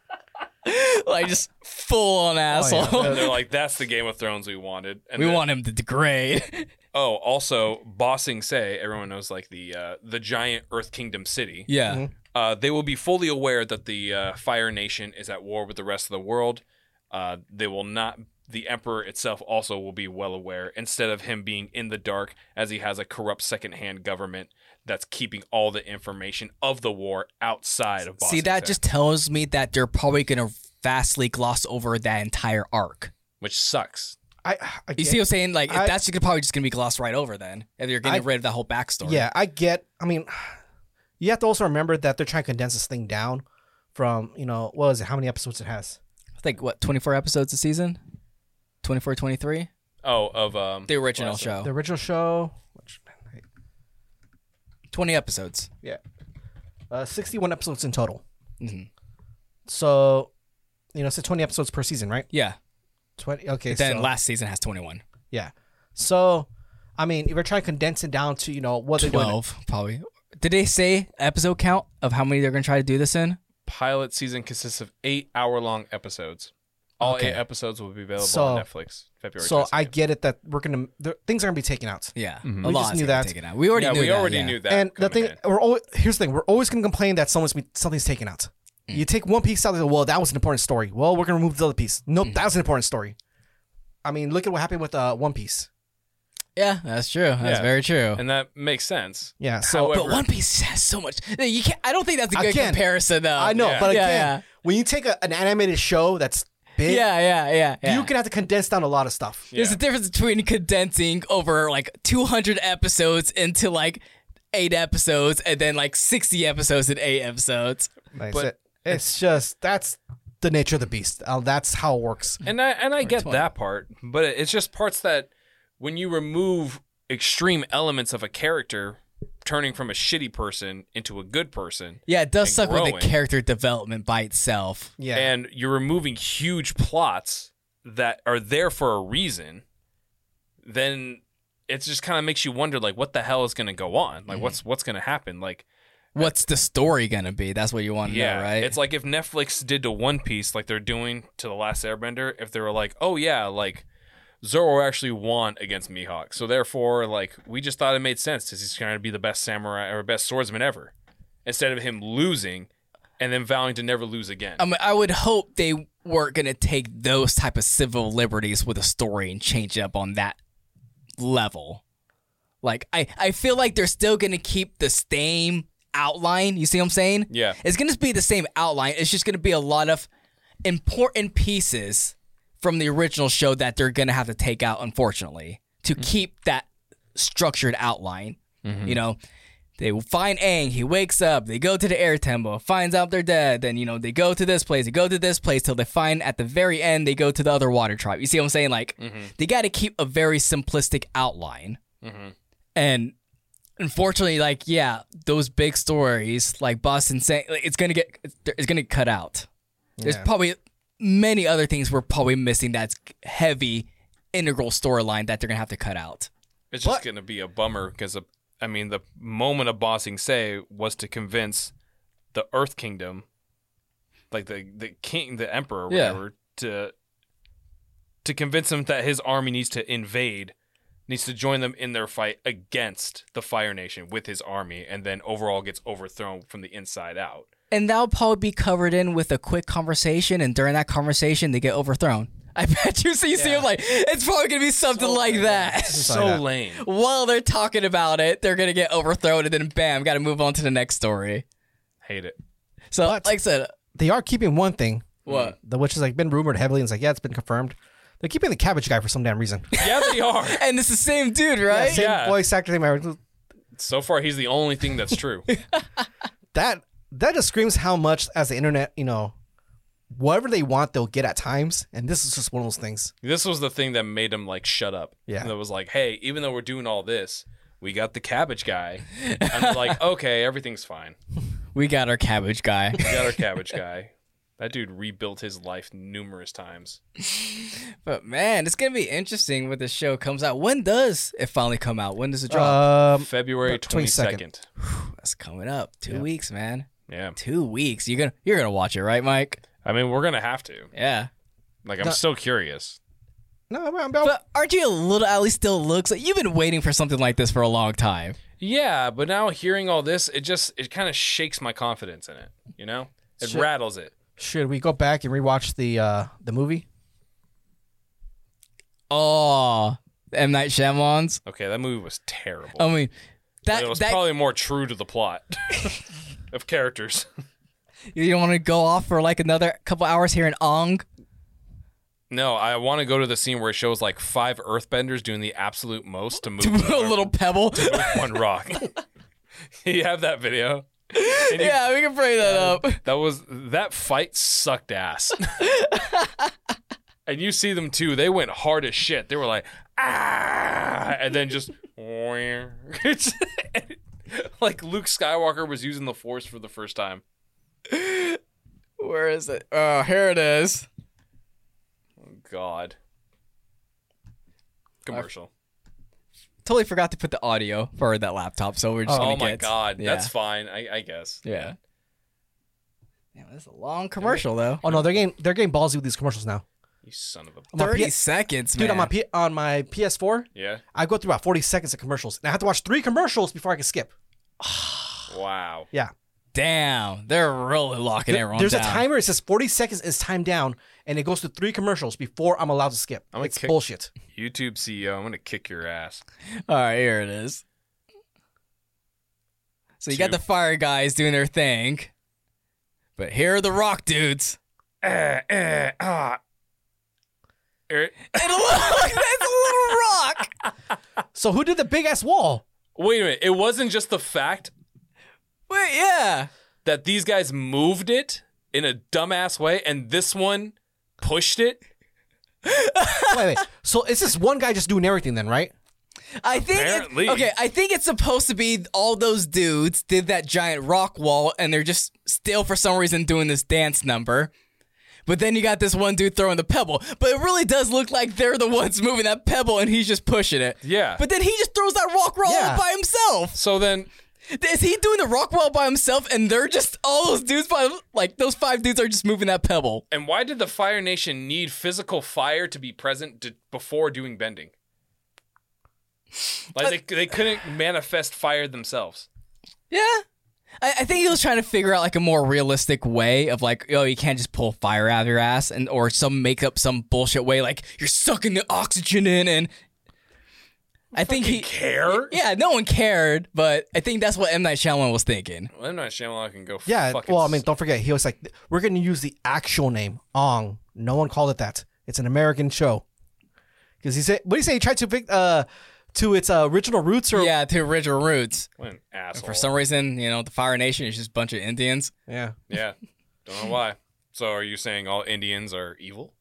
Speaker 2: like just full
Speaker 4: Oh,
Speaker 2: on asshole.
Speaker 3: And they're like, that's the Game of Thrones we wanted. And
Speaker 2: we
Speaker 3: then-
Speaker 2: want him to degrade.
Speaker 3: Oh, also, Bossing Say, everyone knows like the uh, the giant Earth Kingdom city.
Speaker 2: Yeah.
Speaker 4: Mm-hmm.
Speaker 3: Uh, they will be fully aware that the uh, Fire Nation is at war with the rest of the world. Uh, they will not. The Emperor itself also will be well aware. Instead of him being in the dark, as he has a corrupt secondhand government that's keeping all the information of the war outside of. Bossing
Speaker 2: See, that
Speaker 3: Say,
Speaker 2: just tells me that they're probably going to vastly gloss over that entire arc.
Speaker 3: which sucks.
Speaker 4: I, I
Speaker 2: You
Speaker 4: get,
Speaker 2: see what I'm saying? Like,
Speaker 4: I-
Speaker 2: that's probably just going to be glossed right over then, if you're getting
Speaker 4: I-
Speaker 2: rid of that whole backstory.
Speaker 4: yeah, I get. I mean, you have to also remember that they're trying to condense this thing down from, you know, what is it? How many episodes it has?
Speaker 2: I think, what, 24 episodes a season? 24, 23?
Speaker 3: Oh, of um,
Speaker 2: The original
Speaker 3: Classic.
Speaker 2: show.
Speaker 4: The original show, which,
Speaker 2: 20 episodes.
Speaker 4: yeah, uh, sixty-one episodes in total. So, you know, it's twenty episodes per season, right?
Speaker 2: Yeah.
Speaker 4: Twenty. Okay.
Speaker 2: Then
Speaker 4: so,
Speaker 2: last season has 21.
Speaker 4: yeah. So, I mean, if we're trying to condense it down to you know what they're doing,
Speaker 2: 12, probably. Did they say episode count of how many they're going to try to do this in?
Speaker 3: pilot season consists of eight hour-long episodes. All
Speaker 2: Okay.
Speaker 3: eight episodes will be available
Speaker 4: So-
Speaker 3: on Netflix February.
Speaker 4: so I
Speaker 3: 22nd.
Speaker 4: get it that we're gonna there, things are gonna be taken out.
Speaker 2: Yeah. A
Speaker 4: Mm-hmm. We
Speaker 2: lot
Speaker 4: just
Speaker 2: is
Speaker 4: knew
Speaker 2: gonna
Speaker 4: that.
Speaker 2: be taken out. We already
Speaker 3: yeah,
Speaker 2: knew
Speaker 3: we
Speaker 2: that,
Speaker 3: already
Speaker 2: yeah.
Speaker 3: knew that.
Speaker 4: and the thing
Speaker 3: coming in.
Speaker 4: we're always here's the thing we're always gonna complain that someone's something's taken out. You take one piece out of the well that was an important story. Well, we're gonna remove the other piece. Nope, that was an important story. I mean, look at what happened with uh, One Piece.
Speaker 2: Yeah, that's true. That's
Speaker 3: Yeah.
Speaker 2: very true.
Speaker 3: and that makes sense.
Speaker 4: Yeah, so
Speaker 2: But One Piece has so much. You can't, I don't think that's a good
Speaker 4: Again,
Speaker 2: comparison, though.
Speaker 4: I know,
Speaker 3: yeah.
Speaker 4: but
Speaker 2: Yeah,
Speaker 4: again,
Speaker 2: yeah.
Speaker 4: when you take a, an animated show that's big,
Speaker 2: Yeah, yeah, yeah. yeah.
Speaker 4: you can have to condense down a lot of stuff.
Speaker 2: There's a difference between condensing over like 200 episodes into like eight episodes and then like 60 episodes in eight episodes.
Speaker 4: Like I
Speaker 3: But
Speaker 4: said, it's just that's the nature of the beast. Uh, that's how it works.
Speaker 3: And I and I get
Speaker 2: 20.
Speaker 3: that part, but it's just parts that when you remove extreme elements of a character turning from a shitty person into a good person,
Speaker 2: Yeah, it does
Speaker 3: And
Speaker 2: suck when the
Speaker 3: growing.
Speaker 2: character development by itself.
Speaker 4: Yeah,
Speaker 3: and you're removing huge plots that are there for a reason, then it just kind of makes you wonder like what the hell is going to go on? Like what's what's going to happen? Like
Speaker 2: What's the story going to be? That's what you want to
Speaker 3: yeah,
Speaker 2: know, right?
Speaker 3: It's like if Netflix did to One Piece like they're doing to the Last Airbender, if they were like, oh yeah, like Zoro actually won against Mihawk, so therefore like we just thought it made sense because he's trying to be the best samurai or best swordsman ever, instead of him losing and then vowing to never lose again.
Speaker 2: I mean, I would hope they weren't going to take those type of civil liberties with a story and change it up on that level. Like, I, I feel like they're still going to keep the same outline. You see what I'm saying?
Speaker 3: Yeah.
Speaker 2: It's going to be the same outline. It's just going to be a lot of important pieces from the original show that they're going to have to take out, unfortunately, to keep that structured outline. You know, they find Aang, he wakes up, they go to the air temple, finds out they're dead, then, you know, they go to this place, they go to this place till they find at the very end, they go to the other water tribe. You see what I'm saying? Like, they got to keep a very simplistic outline. And unfortunately, like yeah, those big stories like Boston saying like, it's gonna get it's gonna get cut out. There's
Speaker 4: Yeah.
Speaker 2: probably many other things we're probably missing that's heavy integral storyline that they're gonna have to cut out.
Speaker 3: It's just
Speaker 4: But-
Speaker 3: going to be a bummer because, I mean, the moment of bossing say was to convince the Earth Kingdom, like the the king, the emperor, or
Speaker 2: Yeah.
Speaker 3: whatever, to to convince him that his army needs to invade, needs to join them in their fight against the Fire Nation with his army, and then overall gets overthrown from the inside out.
Speaker 2: And that'll probably be covered in with a quick conversation, and during that conversation, they get overthrown. I bet you. So you see,
Speaker 4: Yeah.
Speaker 2: them like it's probably gonna be something like that.
Speaker 4: Just like that.
Speaker 3: lame.
Speaker 2: While they're talking about it, they're gonna get overthrown, and then bam, gotta move on to the next story.
Speaker 3: Hate it.
Speaker 2: So,
Speaker 4: But-
Speaker 2: like I said,
Speaker 4: they are keeping one thing,
Speaker 2: What?
Speaker 4: the, which has like been rumored heavily, and it's like yeah, it's been confirmed. They're keeping the cabbage guy for some damn reason.
Speaker 3: Yeah, they are.
Speaker 2: and it's the same dude, right?
Speaker 4: Same
Speaker 3: Yeah.
Speaker 4: voice actor, same everything.
Speaker 3: so far, he's the only thing that's true.
Speaker 4: that that just screams how much as the internet, you know, whatever they want, they'll get at times, and this is just one of those things.
Speaker 3: This was the thing that made him like shut up.
Speaker 4: Yeah.
Speaker 3: That was like, hey, even though we're doing all this, we got the cabbage guy. I'm like, okay, everything's fine.
Speaker 2: We got our cabbage guy.
Speaker 3: We got our cabbage guy. That dude rebuilt his life numerous times.
Speaker 2: But man, it's gonna be interesting when the show comes out. When does it finally come out? When does it drop?
Speaker 4: Um,
Speaker 3: February
Speaker 4: But 22nd.
Speaker 3: 22nd.
Speaker 2: That's coming up. Two weeks, man.
Speaker 3: Yeah.
Speaker 2: Two weeks. You're gonna you're gonna watch it, right, Mike?
Speaker 3: I mean, we're going to have to.
Speaker 2: Yeah.
Speaker 3: Like, I'm still curious.
Speaker 4: no, I'm, I'm, I'm,
Speaker 2: But aren't you a little at least still looks like you've been waiting for something like this for a long time.
Speaker 3: Yeah, but now hearing all this, it just, it kind of shakes my confidence in it, you know? It
Speaker 4: Sure.
Speaker 3: rattles it.
Speaker 4: should we go back and rewatch the uh, the movie?
Speaker 2: Oh M Night Shyamalan's.
Speaker 3: Okay, that movie was terrible.
Speaker 2: I mean Oh,
Speaker 3: But
Speaker 2: that
Speaker 3: it was
Speaker 2: that
Speaker 3: probably more true to the plot of characters.
Speaker 2: you don't want to go off for like another couple hours here in Ong.
Speaker 3: No, I want to go to the scene where it shows like five Earthbenders doing the absolute most to move
Speaker 2: a little pebble.
Speaker 3: one rock. you have that video. And you-
Speaker 2: yeah, we can bring that up.
Speaker 3: that was that fight sucked ass. and you see them too. They went hard as shit. They were like, ah, and then just It's- like Luke Skywalker was using the Force for the first time.
Speaker 2: Where is it? Oh, here it is.
Speaker 3: Oh, God, commercial.
Speaker 2: Totally forgot to put the audio for that laptop, so we're just
Speaker 3: Oh
Speaker 2: gonna
Speaker 3: my
Speaker 2: get-
Speaker 3: God,
Speaker 2: yeah.
Speaker 3: that's fine. I, I guess.
Speaker 2: yeah. Damn, that's a long commercial though.
Speaker 4: Oh no, they're getting they're getting ballsy with these commercials now.
Speaker 3: You son of a
Speaker 4: On my
Speaker 2: Thirty
Speaker 4: P-
Speaker 2: seconds,
Speaker 4: dude,
Speaker 2: man.
Speaker 4: on my P- on my PS4,
Speaker 3: yeah.
Speaker 4: I go through about 40 seconds of commercials, and I have to watch three commercials before I can skip.
Speaker 3: Wow.
Speaker 4: Yeah,
Speaker 2: Damn, they're really locking
Speaker 4: There-
Speaker 2: everyone
Speaker 4: there's
Speaker 2: down.
Speaker 4: a timer. It says 40 seconds is time down, and it goes to three commercials before I'm allowed to skip.
Speaker 3: I'm gonna
Speaker 4: it's
Speaker 3: kick-
Speaker 4: bullshit.
Speaker 3: YouTube CEO, I'm gonna kick your ass.
Speaker 2: All right, here it is. So you got
Speaker 3: Two.
Speaker 2: the fire guys doing their thing, but here are the rock dudes.
Speaker 3: Eh, eh, ah. Er-
Speaker 2: And look, that's a little rock.
Speaker 4: So who did the big ass wall?
Speaker 3: Wait a minute. It wasn't just the fact
Speaker 2: Wait, yeah.
Speaker 3: that these guys moved it in a dumbass way, and this one pushed it.
Speaker 4: Wait, wait. So is this one guy just doing everything then, right?
Speaker 2: I think
Speaker 3: Apparently.
Speaker 2: It, okay, I think it's supposed to be all those dudes did that giant rock wall and they're just still for some reason doing this dance number. But then you got this one dude throwing the pebble. But it really does look like they're the ones moving that pebble and he's just pushing it.
Speaker 3: Yeah.
Speaker 2: But then he just throws that rock wall
Speaker 4: Yeah.
Speaker 2: by himself.
Speaker 3: So then,
Speaker 2: Is he doing the rock wall by himself and they're just all those dudes by like those five dudes are just moving that pebble?
Speaker 3: and why did the Fire Nation need physical fire to be present to, before doing bending? Like they, they couldn't manifest fire themselves.
Speaker 2: Yeah. I, I think he was trying to figure out like a more realistic way of like, oh, you can't just pull fire out of your ass and or some make up some bullshit way like you're sucking the oxygen in and I think he
Speaker 3: Care?
Speaker 2: Yeah, no one cared, but I think that's what M Night Shyamalan was thinking.
Speaker 3: Well, M Night Shyamalan can go.
Speaker 4: Yeah.
Speaker 3: fucking
Speaker 4: well, I mean, don't forget, he was like, we're going to use the actual name, Ong. No one called it that. It's an American show. Because he said, what do you say? He tried to pick uh, to its uh, original roots or.
Speaker 2: Yeah, to original roots.
Speaker 3: what an asshole.
Speaker 2: For some reason, you know, the Fire Nation is just a bunch of Indians.
Speaker 4: Yeah.
Speaker 3: yeah, don't know why. So are you saying all Indians are evil?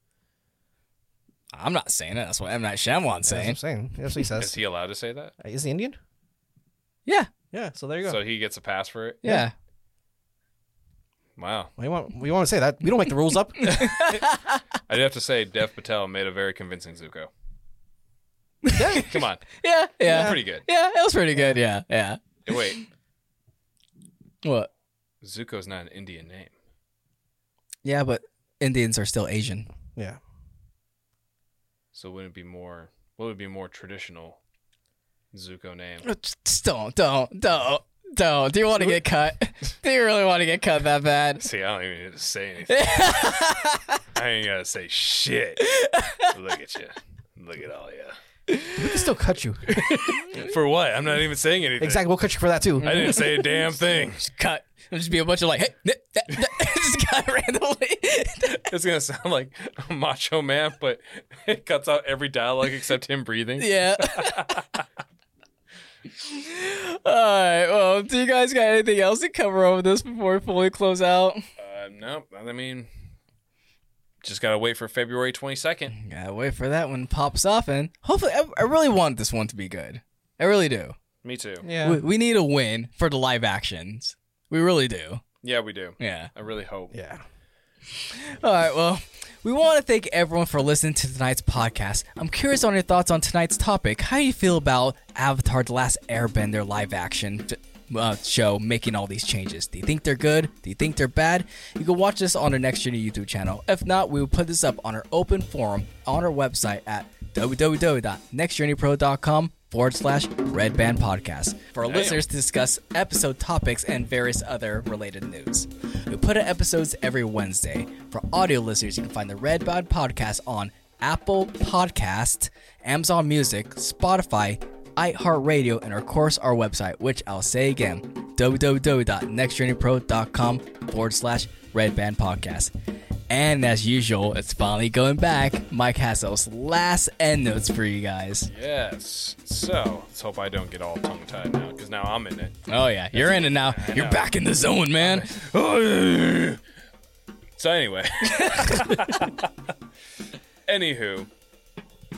Speaker 2: I'm not saying it. That's what M Night Shyamalan's
Speaker 4: That's what
Speaker 2: saying.
Speaker 4: I'm saying. That's what he
Speaker 3: Is
Speaker 4: says.
Speaker 3: he allowed to say that?
Speaker 4: Is he Indian?
Speaker 2: Yeah,
Speaker 4: Yeah. So there you go.
Speaker 3: So he gets a pass for it.
Speaker 2: yeah.
Speaker 3: Wow.
Speaker 4: we want we want to say that we don't make the rules up.
Speaker 3: I'd have to say Dev Patel made a very convincing Zuko. Come on.
Speaker 2: Yeah, yeah.
Speaker 3: Pretty good.
Speaker 2: Yeah, it was pretty good. Yeah, yeah.
Speaker 3: Wait,
Speaker 2: What?
Speaker 3: Zuko's not an Indian name.
Speaker 2: Yeah, but Indians are still Asian.
Speaker 4: yeah.
Speaker 3: So wouldn't it be more what would be more traditional Zuko name?
Speaker 2: Uh, Just don't, don't, don't, don't. Do you want to get cut? Do you really want to get cut that bad?
Speaker 3: See, I don't even need to say anything. I ain't gotta say shit. Look at you. Look at all you.
Speaker 4: We can still cut you.
Speaker 3: For what? I'm not even saying anything.
Speaker 4: Exactly. We'll cut you for that too.
Speaker 3: I didn't say a damn thing.
Speaker 2: Just cut. It'll just be a bunch of like, hey, th- th- th- just cut randomly.
Speaker 3: It's gonna sound like a macho man, but it cuts out every dialogue except him breathing.
Speaker 2: yeah. All right. Well, do you guys got anything else to cover over this before we fully close out?
Speaker 3: Uh, no, I mean, just gotta wait for February 22nd.
Speaker 2: Gotta wait for that one pops off, and hopefully, I, I really want this one to be good. I really do.
Speaker 3: Me too.
Speaker 4: Yeah.
Speaker 2: We, we need a win for the live actions. We really do.
Speaker 3: Yeah, we do.
Speaker 2: Yeah.
Speaker 3: I really hope.
Speaker 4: yeah.
Speaker 2: All right. Well, we want to thank everyone for listening to tonight's podcast. I'm curious on your thoughts on tonight's topic. How do you feel about Avatar: The Last Airbender live action? t- Uh, show making all these changes. Do you think they're good? Do you think they're bad? You can watch this on our next journey YouTube channel. If not, we will put this up on our open forum on our website at www.nextjourneypro.com forward slash red band podcast for our listeners to discuss episode topics and various other related news. We put out episodes every Wednesday. For audio listeners, you can find the Red Band podcast on Apple Podcast, Amazon Music, Spotify, iHeartRadio, and of course our website, which I'll say again, www.nextjourneypro.com forward slash red band podcast. And as usual, it's finally going back. Mike has those last end notes for you guys.
Speaker 3: Yes. So let's hope I don't get all tongue tied now, because now I'm in it.
Speaker 2: Oh yeah, you're in it now. You're back in the zone, man.
Speaker 3: So anyway. Anywho,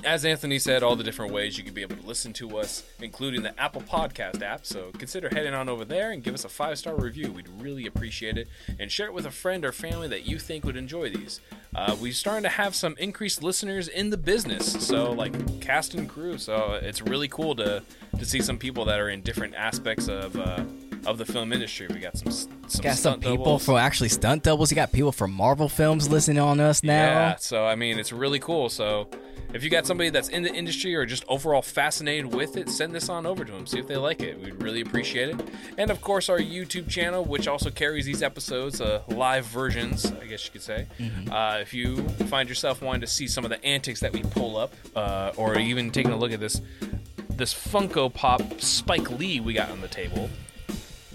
Speaker 3: as Anthony said, all the different ways you can be able to listen to us, including the Apple Podcast app. So consider heading on over there and give us a five star review. We'd really appreciate it. And share it with a friend or family that you think would enjoy these. Uh, we're starting to have some increased listeners in the business, so like cast and crew. So it's really cool to to see some people that are in different aspects of uh, of the film industry. We got some s- some,
Speaker 2: Got some
Speaker 3: stunt
Speaker 2: people
Speaker 3: doubles.
Speaker 2: from actually stunt doubles. You got people from Marvel films listening on us now.
Speaker 3: Yeah, so I mean, it's really cool. So if you got somebody that's in the industry or just overall fascinated with it, send this on over to them. See if they like it. We'd really appreciate it. And of course, our YouTube channel, which also carries these episodes, uh, live versions, I guess you could say.
Speaker 1: Mm-hmm.
Speaker 3: Uh, if you find yourself wanting to see some of the antics that we pull up, uh, or even taking a look at this this Funko Pop Spike Lee we got on the table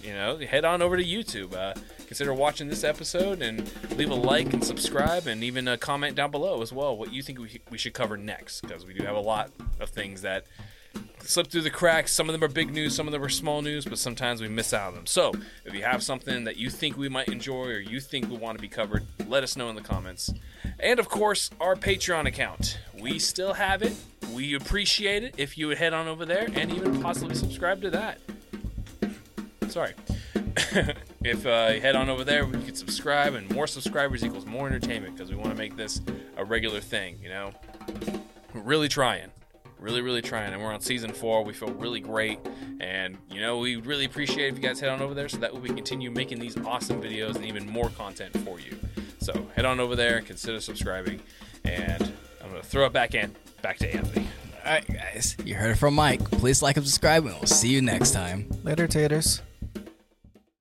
Speaker 3: you know, head on over to YouTube. Uh, consider watching this episode and leave a like and subscribe and even a comment down below as well what you think we, we should cover next because we do have a lot of things that slip through the cracks. Some of them are big news, some of them are small news, but sometimes we miss out on them. So if you have something that you think we might enjoy or you think we want to be covered, let us know in the comments. And of course, our Patreon account. We still have it. We appreciate it if you would head on over there and even possibly subscribe to that sorry. if uh, you head on over there, we can subscribe, and more subscribers equals more entertainment because we want to make this a regular thing. You know, we're really trying, really, really trying, and we're on season four. We feel really great, and you know, we really appreciate if you guys head on over there so that we can continue making these awesome videos and even more content for you. So head on over there, consider subscribing, and I'm gonna throw it back in, back to Anthony.
Speaker 2: All right, guys. You heard it from Mike. Please like and subscribe, and we'll see you next time.
Speaker 4: Later, taters.